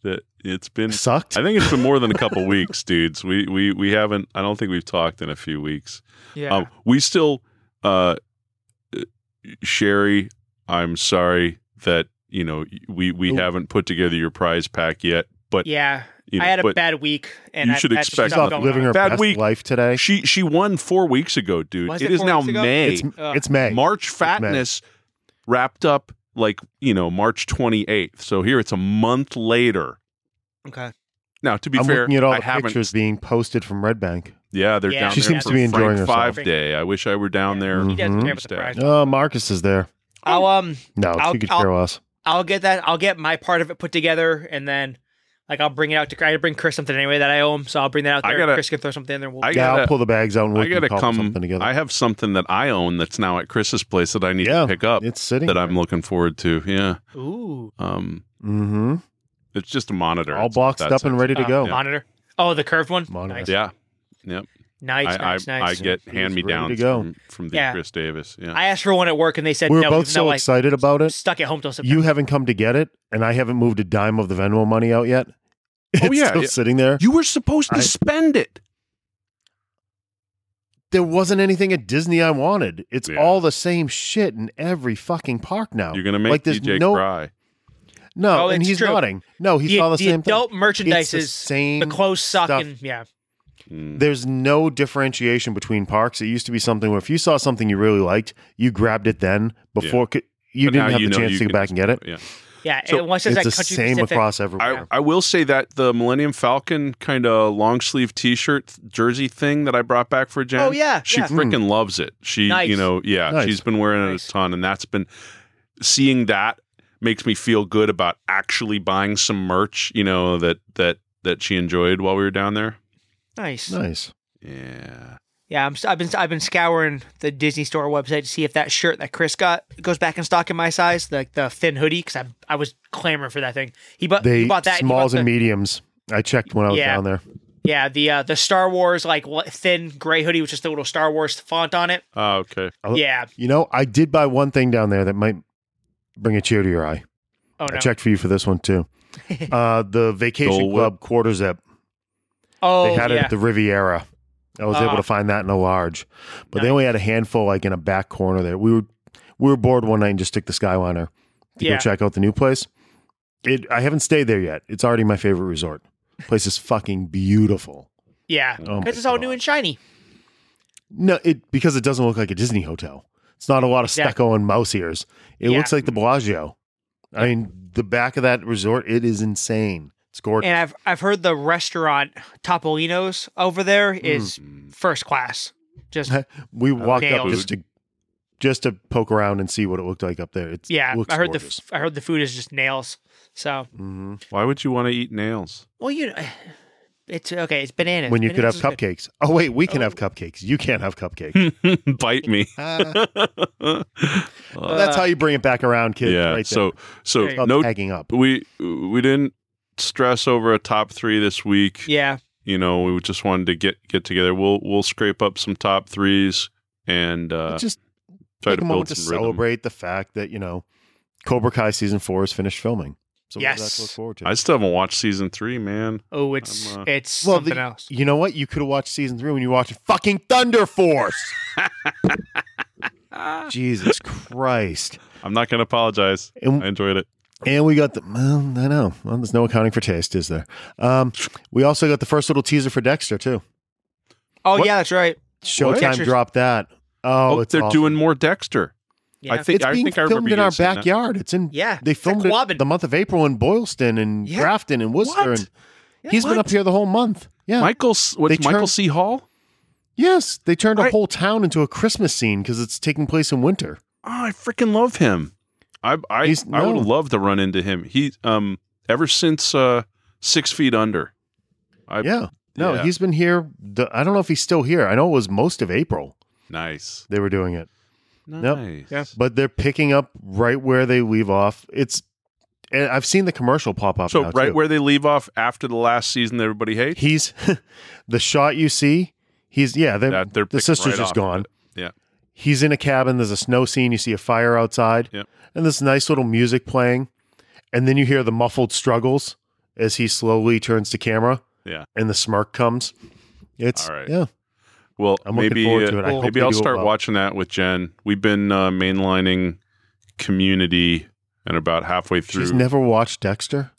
Speaker 3: that it's been
Speaker 2: Sucked.
Speaker 3: I think it's been more than a couple weeks, dudes. We we we haven't. I don't think we've talked in a few weeks.
Speaker 1: Yeah.
Speaker 3: Um, we still, uh, uh, Sherry. I'm sorry that you know we we
Speaker 2: Oh.
Speaker 3: haven't put together your prize pack yet, but
Speaker 1: yeah.
Speaker 3: you know,
Speaker 1: I had a
Speaker 3: but
Speaker 1: bad week and
Speaker 3: you
Speaker 1: I,
Speaker 3: should
Speaker 1: that's
Speaker 3: expect
Speaker 2: She's
Speaker 1: stuff
Speaker 2: off
Speaker 1: going
Speaker 2: living
Speaker 1: on.
Speaker 2: her
Speaker 3: Bad
Speaker 2: best
Speaker 3: week.
Speaker 2: life today.
Speaker 3: she she won four weeks ago, dude.
Speaker 1: Was
Speaker 3: it
Speaker 1: it
Speaker 3: is
Speaker 1: four
Speaker 3: now
Speaker 1: weeks ago?
Speaker 3: May.
Speaker 2: It's
Speaker 1: Ugh.
Speaker 2: it's May.
Speaker 3: March fatness wrapped up like you know March 28th. So here it's a month later.
Speaker 1: Okay.
Speaker 3: Now to be
Speaker 2: I'm
Speaker 3: fair,
Speaker 2: looking at all
Speaker 3: I
Speaker 2: the
Speaker 3: haven't.
Speaker 2: pictures being posted from Red Bank.
Speaker 3: Yeah, they're
Speaker 1: Yeah.
Speaker 3: down
Speaker 1: She
Speaker 3: there
Speaker 1: seems
Speaker 3: for
Speaker 1: to be
Speaker 2: enjoying
Speaker 3: Frank
Speaker 2: herself.
Speaker 3: Five Day. I wish I were down there. Mm-hmm.
Speaker 1: He doesn't
Speaker 2: Mhm.
Speaker 1: care about the prize.
Speaker 2: Uh, Marcus is there.
Speaker 1: I'll um
Speaker 2: No,
Speaker 1: I'll-
Speaker 2: she could
Speaker 1: I'll-
Speaker 2: care less.
Speaker 1: I'll get that I'll get my part of it put together and then Like I'll bring it out to I bring Chris something anyway that I owe him, so I'll bring that out
Speaker 3: I
Speaker 1: there.
Speaker 3: gotta-
Speaker 1: Chris can throw something in there. We'll,
Speaker 3: I
Speaker 2: yeah,
Speaker 3: gotta-
Speaker 2: I'll pull the bags out and we
Speaker 3: I
Speaker 2: can
Speaker 3: gotta
Speaker 2: call
Speaker 3: come.
Speaker 2: something together.
Speaker 3: I have something that I own that's now at Chris's place that I need
Speaker 2: Yeah,
Speaker 3: to pick up
Speaker 2: it's sitting.
Speaker 3: that I'm looking forward to. Yeah.
Speaker 1: ooh,
Speaker 3: Um,
Speaker 2: mm-hmm.
Speaker 3: it's just a monitor.
Speaker 2: all
Speaker 3: It's not
Speaker 2: boxed
Speaker 3: that
Speaker 2: up and
Speaker 3: sexy.
Speaker 2: ready to
Speaker 1: Uh,
Speaker 2: go.
Speaker 1: Monitor. Oh, the curved one.
Speaker 2: Monitor.
Speaker 1: Nice,
Speaker 3: Yeah.
Speaker 1: nice,
Speaker 3: I,
Speaker 1: nice,
Speaker 3: I,
Speaker 1: nice.
Speaker 3: I get
Speaker 2: He's
Speaker 3: hand me
Speaker 2: ready
Speaker 3: downs
Speaker 2: to go.
Speaker 3: from, from the
Speaker 1: Yeah.
Speaker 3: Chris Davis. Yeah.
Speaker 1: I asked for one at work and they said
Speaker 2: we were
Speaker 1: no.
Speaker 2: both
Speaker 1: even though
Speaker 2: so
Speaker 1: I
Speaker 2: excited about it.
Speaker 1: Stuck at home till September.
Speaker 2: You haven't come to get it, and I haven't moved a dime of the Venmo money out yet. It's
Speaker 3: Oh, yeah,
Speaker 2: still
Speaker 3: yeah.
Speaker 2: sitting there.
Speaker 3: you were supposed to
Speaker 2: I-
Speaker 3: spend it.
Speaker 2: there wasn't anything at Disney I wanted. It's
Speaker 3: Yeah.
Speaker 2: all the same shit in every fucking park now.
Speaker 3: You're gonna make
Speaker 2: Oh. like there's
Speaker 3: DJ
Speaker 2: no
Speaker 3: cry.
Speaker 2: no,
Speaker 1: Oh,
Speaker 2: and
Speaker 1: it's
Speaker 2: he's
Speaker 1: true.
Speaker 2: nodding. No, he
Speaker 1: the,
Speaker 2: saw the,
Speaker 1: the
Speaker 2: same thing.
Speaker 1: adult merchandise
Speaker 2: It's the
Speaker 1: is
Speaker 2: same.
Speaker 1: the clothes suck
Speaker 2: stuff.
Speaker 1: and yeah.
Speaker 3: Mm.
Speaker 2: there's no differentiation between parks. It used to be something where if you saw something you really liked, you grabbed it then before c- you
Speaker 3: But now
Speaker 2: didn't have
Speaker 3: you
Speaker 2: the
Speaker 3: know
Speaker 2: chance
Speaker 3: you
Speaker 2: to go
Speaker 3: can
Speaker 2: back and get it.
Speaker 3: Yeah.
Speaker 1: Yeah,
Speaker 3: So
Speaker 1: and once it's
Speaker 2: It's
Speaker 1: that
Speaker 2: the
Speaker 1: country
Speaker 2: same
Speaker 1: specific,
Speaker 2: across everywhere.
Speaker 3: I, I will say that the Millennium Falcon kind of long sleeve t shirt jersey thing that I brought back for Jen.
Speaker 1: Oh yeah,
Speaker 3: She
Speaker 1: yeah.
Speaker 3: freaking loves it. She,
Speaker 1: Nice.
Speaker 3: you know, yeah,
Speaker 2: Nice.
Speaker 3: she's been wearing it
Speaker 1: Nice.
Speaker 3: a ton, and that's been seeing that makes me feel good about actually buying some merch. You know that that that she enjoyed while we were down there.
Speaker 1: nice.
Speaker 2: nice.
Speaker 3: Yeah,
Speaker 1: Yeah, I'm, s- I've been I've been scouring the Disney Store website to see if that shirt that Chris got goes back in stock in my size, like the Finn hoodie, because I I was clamoring for that thing. He bought
Speaker 2: They
Speaker 1: he Uh, bought that he
Speaker 2: smalls
Speaker 1: bought
Speaker 2: and
Speaker 1: the-
Speaker 2: mediums. I checked when I was
Speaker 1: Yeah.
Speaker 2: down there.
Speaker 1: Yeah, the uh, the Star Wars like li- thin gray hoodie with just the little Star Wars font on it.
Speaker 3: oh, okay.
Speaker 2: Oh.
Speaker 1: Yeah.
Speaker 2: You know, I did buy one thing down there that might bring a cheer to your eye.
Speaker 1: Oh
Speaker 2: I
Speaker 1: no.
Speaker 2: checked for you for this one too. Uh, the Vacation
Speaker 3: Dole Whip.
Speaker 2: Club quarter zip.
Speaker 1: Oh
Speaker 2: they had it
Speaker 1: yeah.
Speaker 2: at the Riviera. I was
Speaker 1: Ah.
Speaker 2: able to find that in a large, but they
Speaker 1: Nice.
Speaker 2: only had a handful, like in a back corner there. We were we were bored one night and just took the Skyliner to
Speaker 1: Yeah.
Speaker 2: go check out the new place. It I haven't stayed there yet. It's already my favorite resort. Place is fucking beautiful.
Speaker 1: yeah.
Speaker 2: Oh my
Speaker 1: Because it's all new
Speaker 2: God.
Speaker 1: and shiny.
Speaker 2: No, it because it doesn't look like a Disney hotel. It's not a lot of
Speaker 1: Exactly.
Speaker 2: stucco and mouse ears. It
Speaker 1: Yeah.
Speaker 2: looks like the Bellagio. I mean, the back of that resort, it is insane. It's gorgeous.
Speaker 1: And I've I've heard the restaurant Topolino's over there
Speaker 2: Mm.
Speaker 1: is
Speaker 3: Hmm.
Speaker 1: first class. Just
Speaker 2: we walked up
Speaker 1: nailed.
Speaker 2: just to just to poke around and see what it looked like up there. It's
Speaker 1: yeah.
Speaker 2: looks
Speaker 1: I heard the
Speaker 2: gorgeous.
Speaker 1: f- I heard the food is just nails. So
Speaker 2: hmm
Speaker 3: Why would you want to eat nails?
Speaker 1: well you know it's okay. It's bananas.
Speaker 2: When you could have
Speaker 1: Bananas is good.
Speaker 2: cupcakes. Oh wait, we can have cupcakes. You can't have cupcakes.
Speaker 3: Bite me.
Speaker 2: Ah,
Speaker 3: Uh,
Speaker 2: that's how you bring it back around, kids.
Speaker 3: yeah.
Speaker 2: Right there.
Speaker 3: so so
Speaker 1: There you
Speaker 2: Called
Speaker 3: no,
Speaker 2: tagging up.
Speaker 3: we we didn't stress over a top three this week.
Speaker 1: Uh, Yeah.
Speaker 3: you know we just wanted to get get together we'll we'll scrape up some top threes and uh
Speaker 2: just
Speaker 3: try
Speaker 2: take
Speaker 3: to
Speaker 2: a
Speaker 3: build
Speaker 2: moment to
Speaker 3: some rhythm.
Speaker 2: celebrate the fact that you know Cobra Kai season four is finished filming. So we have that
Speaker 1: Yes.
Speaker 2: to look forward to.
Speaker 3: i still haven't watched season three man
Speaker 1: Oh, it's
Speaker 3: I'm, uh,
Speaker 1: it's
Speaker 2: Well,
Speaker 1: something
Speaker 2: the-
Speaker 1: else.
Speaker 2: you know what? You could have watched season three when you watched fucking Thunder Force. Jesus Christ!
Speaker 3: i'm not gonna apologize
Speaker 2: And
Speaker 3: i enjoyed it
Speaker 2: And we got the, well, I know. Well, there's no accounting for taste, is there? Um, we also got the first little teaser for Dexter, too.
Speaker 1: Oh
Speaker 3: What?
Speaker 1: yeah, that's right.
Speaker 2: Showtime
Speaker 1: What?
Speaker 2: dropped that. Oh,
Speaker 3: oh
Speaker 2: it's
Speaker 3: they're
Speaker 2: awesome.
Speaker 3: doing more dexter
Speaker 1: Yeah.
Speaker 3: i think
Speaker 2: it's
Speaker 3: i
Speaker 2: being
Speaker 3: think i
Speaker 2: filmed
Speaker 3: remember
Speaker 2: in
Speaker 3: you
Speaker 2: our
Speaker 3: saying that.
Speaker 2: backyard. It's in,
Speaker 1: yeah.
Speaker 2: they
Speaker 1: it's at
Speaker 2: filmed it
Speaker 1: Quabbin.
Speaker 2: the month of April in Boylston and
Speaker 1: Yeah.
Speaker 2: Grafton and Worcester.
Speaker 1: What?
Speaker 2: And
Speaker 1: Yeah.
Speaker 2: he's been
Speaker 1: What?
Speaker 2: up here the whole month. Yeah.
Speaker 3: michael S- what's
Speaker 2: They
Speaker 3: michael
Speaker 2: turned-
Speaker 3: c hall
Speaker 2: yes. They turned a
Speaker 3: I-
Speaker 2: whole town into a Christmas scene because it's taking place in winter.
Speaker 3: oh, i freaking love him i i,
Speaker 2: He's-
Speaker 3: I
Speaker 2: no.
Speaker 3: would love to run into him he um ever since uh six feet under I,
Speaker 2: yeah. No,
Speaker 3: yeah.
Speaker 2: he's been here. The, I don't know if he's still here. I know it was most of April
Speaker 3: nice
Speaker 2: they were doing it.
Speaker 3: nice
Speaker 1: Yeah.
Speaker 2: but they're picking up right where they leave off. It's and I've seen the commercial pop up.
Speaker 3: so
Speaker 2: now,
Speaker 3: right
Speaker 2: too.
Speaker 3: where they leave off after the last season that everybody hates
Speaker 2: he's the shot you see, he's yeah, they're,
Speaker 3: That- they're
Speaker 2: the
Speaker 3: picking
Speaker 2: sister's
Speaker 3: right off
Speaker 2: just
Speaker 3: of
Speaker 2: gone.
Speaker 3: it. Yeah.
Speaker 2: He's in a cabin, there's a snow scene, you see a fire outside,
Speaker 3: Yep.
Speaker 2: and this nice little music playing. And then you hear the muffled struggles as he slowly turns to camera.
Speaker 3: Yeah.
Speaker 2: And the smirk comes. It's
Speaker 3: All right.
Speaker 2: yeah.
Speaker 3: Well,
Speaker 2: I'm looking
Speaker 3: maybe
Speaker 2: forward to it. I
Speaker 3: uh,
Speaker 2: hope
Speaker 3: maybe
Speaker 2: they
Speaker 3: I'll
Speaker 2: do it
Speaker 3: start
Speaker 2: well.
Speaker 3: watching that with Jen. We've been uh, mainlining Community, and about halfway through.
Speaker 2: She's never watched Dexter.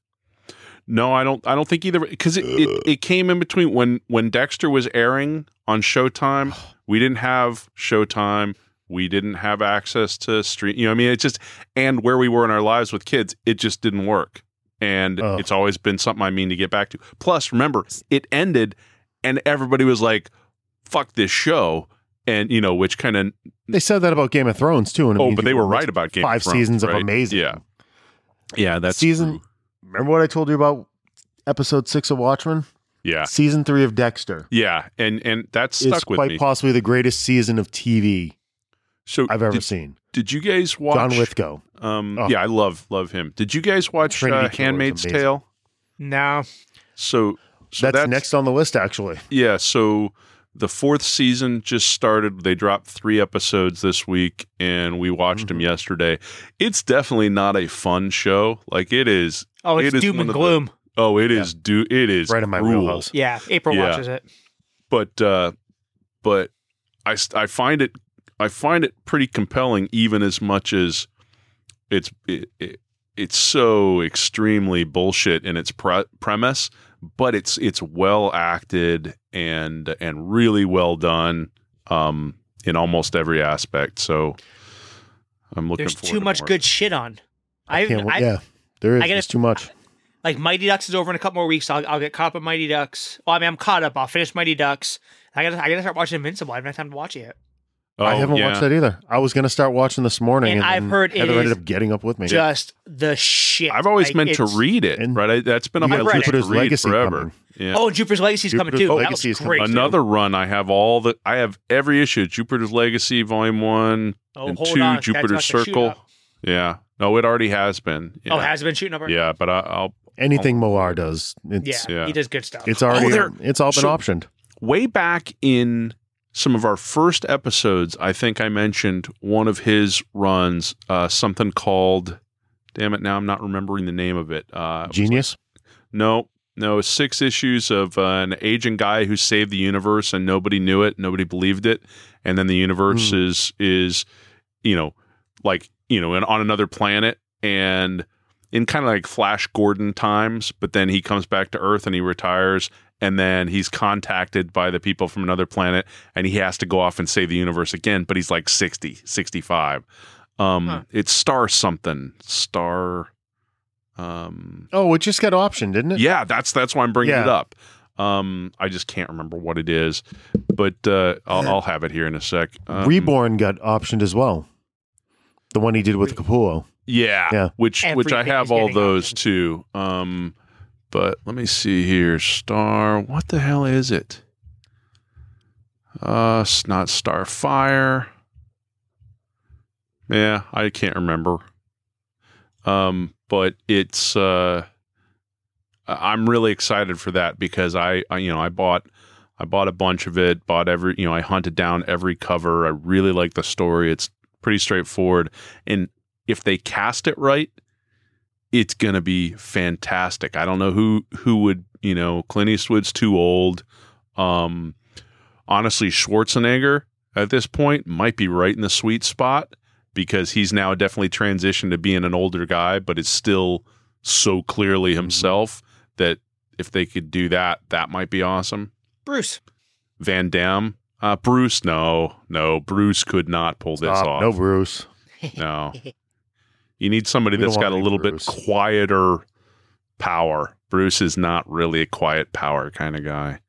Speaker 3: no, I don't. I don't think either because it, it, it came in between when when Dexter was airing on Showtime. We didn't have Showtime. We didn't have access to stream. You know, what I mean, it just and where we were in our lives with kids, it just didn't work. And
Speaker 2: Oh.
Speaker 3: it's always been something I mean to get back to. Plus, remember, it ended, and everybody was like, "Fuck this show," and you know, which kind of
Speaker 2: They said that about Game of Thrones too. And it
Speaker 3: Oh,
Speaker 2: means
Speaker 3: but they
Speaker 2: you
Speaker 3: were
Speaker 2: can
Speaker 3: right
Speaker 2: watch
Speaker 3: about Game of
Speaker 2: five
Speaker 3: Thrones,
Speaker 2: seasons
Speaker 3: right?
Speaker 2: of amazing.
Speaker 3: Yeah, yeah, that's
Speaker 2: Season-
Speaker 3: true.
Speaker 2: Remember what I told you about episode six of Watchmen,
Speaker 3: Yeah.
Speaker 2: season three of Dexter.
Speaker 3: Yeah. And and that stuck
Speaker 2: It's
Speaker 3: with
Speaker 2: quite
Speaker 3: me.
Speaker 2: possibly the greatest season of TV
Speaker 3: so
Speaker 2: I've ever
Speaker 3: did,
Speaker 2: seen.
Speaker 3: did you guys watch
Speaker 2: John Lithgow.
Speaker 3: um
Speaker 2: Oh.
Speaker 3: yeah, I love love him. Did you guys watch
Speaker 2: Trinity
Speaker 3: uh,
Speaker 2: Killer is
Speaker 3: Handmaid's
Speaker 2: amazing.
Speaker 3: Tale?
Speaker 1: No.
Speaker 3: So, so
Speaker 2: that's, next on the list, actually.
Speaker 3: Yeah, so the fourth season just started. They dropped three episodes this week, and we watched
Speaker 2: Mm-hmm.
Speaker 3: them yesterday. It's definitely not a fun show. Like it is.
Speaker 1: Oh, it's
Speaker 3: It is
Speaker 1: doom
Speaker 3: one
Speaker 1: and
Speaker 3: of the-
Speaker 1: gloom.
Speaker 3: Oh, it is
Speaker 2: Yeah.
Speaker 3: do. It is
Speaker 2: Right in my
Speaker 3: cruel.
Speaker 2: wheelhouse.
Speaker 1: Yeah, April
Speaker 3: Yeah.
Speaker 1: watches it.
Speaker 3: But uh, but I st- I find it I find it pretty compelling, even as much as it's it, it, it's so extremely bullshit in its pre- premise. But it's it's well acted and and really well done um, in almost every aspect. So I'm looking.
Speaker 1: There's
Speaker 3: forward
Speaker 1: too
Speaker 3: to
Speaker 1: much
Speaker 3: more.
Speaker 1: good shit on. I,
Speaker 2: Can't wa-
Speaker 1: I
Speaker 2: yeah, there is.
Speaker 1: I gotta-
Speaker 2: it's too much.
Speaker 1: like Mighty Ducks is over in a couple more weeks. I'll, I'll get caught up on Mighty Ducks. Well, I mean, I'm caught up. I'll finish Mighty Ducks. I gotta, I gotta start watching Invincible. I haven't had time to watch it yet.
Speaker 3: Oh,
Speaker 2: I haven't
Speaker 3: yeah.
Speaker 2: watched that either. I was going to start watching this morning,
Speaker 1: And
Speaker 2: and,
Speaker 1: I've
Speaker 2: then
Speaker 1: heard it
Speaker 2: Heather
Speaker 1: is
Speaker 2: ended up getting up with me.
Speaker 1: Just the shit.
Speaker 3: I've always
Speaker 1: Like,
Speaker 3: meant to
Speaker 1: it's-
Speaker 3: read it,
Speaker 2: And
Speaker 3: right? I, that's been on
Speaker 1: you
Speaker 3: my
Speaker 1: have
Speaker 3: list to
Speaker 2: Jupiter's
Speaker 3: read
Speaker 2: Legacy
Speaker 3: forever.
Speaker 2: coming.
Speaker 3: Yeah.
Speaker 1: Oh, Jupiter's Legacy's coming
Speaker 2: Jupiter's
Speaker 1: too.
Speaker 2: Legacy
Speaker 1: Legacy
Speaker 2: is
Speaker 1: that was
Speaker 2: coming
Speaker 1: great.
Speaker 2: too.
Speaker 3: another run. I have all the I have every issue. Jupiter's Legacy, Volume One
Speaker 1: Oh,
Speaker 3: and
Speaker 1: hold
Speaker 3: Two,
Speaker 1: on. That's
Speaker 3: Jupiter's
Speaker 1: not gonna shoot
Speaker 3: Circle.
Speaker 1: up.
Speaker 3: Yeah. No, it already has been. Yeah.
Speaker 1: Oh, has it been shooting up? already?
Speaker 3: Yeah, but I, I'll
Speaker 2: Anything Moar does,
Speaker 1: Yeah,
Speaker 2: it's
Speaker 3: yeah.
Speaker 1: he does good stuff. Oh,
Speaker 2: it's already
Speaker 3: Oh, there-
Speaker 2: it's all been
Speaker 3: so-
Speaker 2: optioned.
Speaker 3: way back in some of our first episodes. I think I mentioned one of his runs, uh, something called. Damn it! Now I'm not remembering the name of it. Uh,
Speaker 2: Genius.
Speaker 3: No, no, six issues of uh, an aging guy who saved the universe and nobody knew it, nobody believed it, and then the universe is is you know like you know and on another planet and in kind of like Flash Gordon times, but then he comes back to Earth and he retires. And then he's contacted by the people from another planet and he has to go off and save the universe again, but he's like 60, 65. Um,
Speaker 1: Huh.
Speaker 3: It's Star something. Star. Um,
Speaker 2: Oh, it just got optioned, didn't it?
Speaker 3: yeah, that's that's why I'm bringing it
Speaker 2: Yeah.
Speaker 3: up. Um, I just can't remember what it is, but uh, I'll, I'll have it here in a sec. Um,
Speaker 2: Reborn got optioned as well. The one he did with Capullo.
Speaker 3: yeah,
Speaker 2: Yeah.
Speaker 3: which which I
Speaker 1: Everything
Speaker 3: have
Speaker 1: is
Speaker 3: all
Speaker 1: getting
Speaker 3: those
Speaker 1: optioned.
Speaker 3: too. Um, but let me see here. Star, what the hell is it? Uh, it's not Starfire. Yeah, I can't remember. Um, but it's uh, I- I'm really excited for that because I, I you know I bought I bought a bunch of it. Bought every you know I hunted down every cover. I really like the story. It's pretty straightforward, and if they cast it right, it's gonna be fantastic. I don't know who who would you know Clint Eastwood's too old. Um, honestly, Schwarzenegger at this point might be right in the sweet spot because he's now definitely transitioned to being an older guy, but it's still so clearly
Speaker 2: Mm-hmm.
Speaker 3: himself that if they could do that, that might be awesome.
Speaker 1: Bruce.
Speaker 3: Van Damme, uh, Bruce, no, no, Bruce could not pull this
Speaker 2: Stop.
Speaker 3: off.
Speaker 2: No, Bruce.
Speaker 3: No. You need somebody
Speaker 2: We don't
Speaker 3: that's got
Speaker 2: want
Speaker 3: a
Speaker 2: any
Speaker 3: little
Speaker 2: Bruce.
Speaker 3: bit quieter power. Bruce is not really a quiet power kind of guy.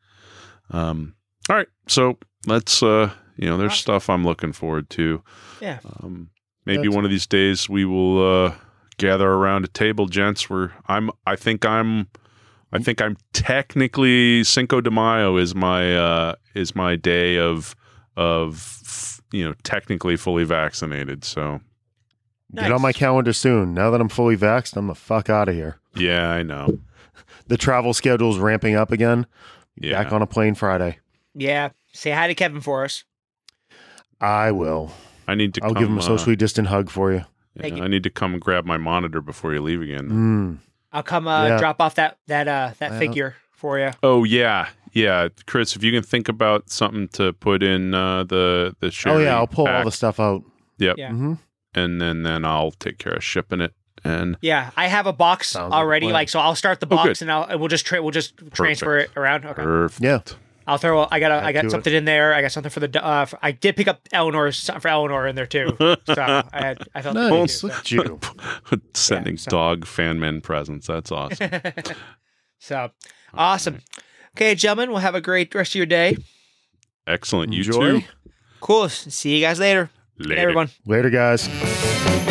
Speaker 3: Um, all right, so let's uh, you know, there's
Speaker 1: Awesome.
Speaker 3: stuff I'm looking forward to.
Speaker 1: Yeah.
Speaker 2: Uh,
Speaker 3: Um, maybe
Speaker 2: That's-
Speaker 3: one of these days we will uh, gather around a table, gents. Where I'm, I think I'm, I think I'm technically Cinco de Mayo is my uh, is my day of of you know technically fully vaccinated. So
Speaker 2: Get on
Speaker 1: Nice.
Speaker 2: my calendar soon. Now that I'm fully vaxxed, I'm the fuck out of here.
Speaker 3: yeah, I know.
Speaker 2: The travel schedule's ramping up again.
Speaker 3: Yeah.
Speaker 2: Back on a plane Friday.
Speaker 1: Yeah. Say hi to Kevin for us.
Speaker 2: I will.
Speaker 3: I need to.
Speaker 2: I'll
Speaker 3: come,
Speaker 2: give him
Speaker 3: uh,
Speaker 2: a socially distant hug for you.
Speaker 3: yeah,
Speaker 1: Thank you.
Speaker 3: I need to come grab my monitor before you leave again.
Speaker 2: Mm.
Speaker 1: I'll come uh,
Speaker 2: Yeah.
Speaker 1: drop off that that uh, that
Speaker 2: Well-
Speaker 1: figure for you.
Speaker 3: Oh yeah, yeah, Chris. If you can think about something to put in uh, the the
Speaker 2: Oh
Speaker 3: Sherry
Speaker 2: yeah, I'll pull all
Speaker 3: pack,
Speaker 2: the stuff out.
Speaker 3: Yep.
Speaker 1: Yeah.
Speaker 2: hmm
Speaker 3: and then then I'll take care of shipping it. And
Speaker 1: Yeah, I have a box
Speaker 2: Sounds like a
Speaker 1: already.
Speaker 2: plan.
Speaker 1: Like, so I'll start the
Speaker 3: Oh, good.
Speaker 1: box and I'll we'll just tra- we'll just transfer it around. Okay.
Speaker 3: perfect.
Speaker 2: Yeah.
Speaker 1: I'll throw. I got. A,
Speaker 2: Add
Speaker 1: I
Speaker 2: to
Speaker 1: got
Speaker 2: it.
Speaker 1: something in there. I got something for the. do- Uh, for, I did pick up Eleanor's something for Eleanor in there too. So I had. I felt like I
Speaker 2: Nice.
Speaker 1: did,
Speaker 2: Look at you.
Speaker 3: Sending
Speaker 1: so-
Speaker 3: dog fan men presents. That's awesome.
Speaker 1: so. so awesome. Okay, gentlemen. We'll have a great rest of your day.
Speaker 3: Excellent. You
Speaker 2: Enjoy.
Speaker 3: too.
Speaker 1: Cool. See you guys later.
Speaker 3: Later.
Speaker 1: Everyone.
Speaker 2: Later, guys.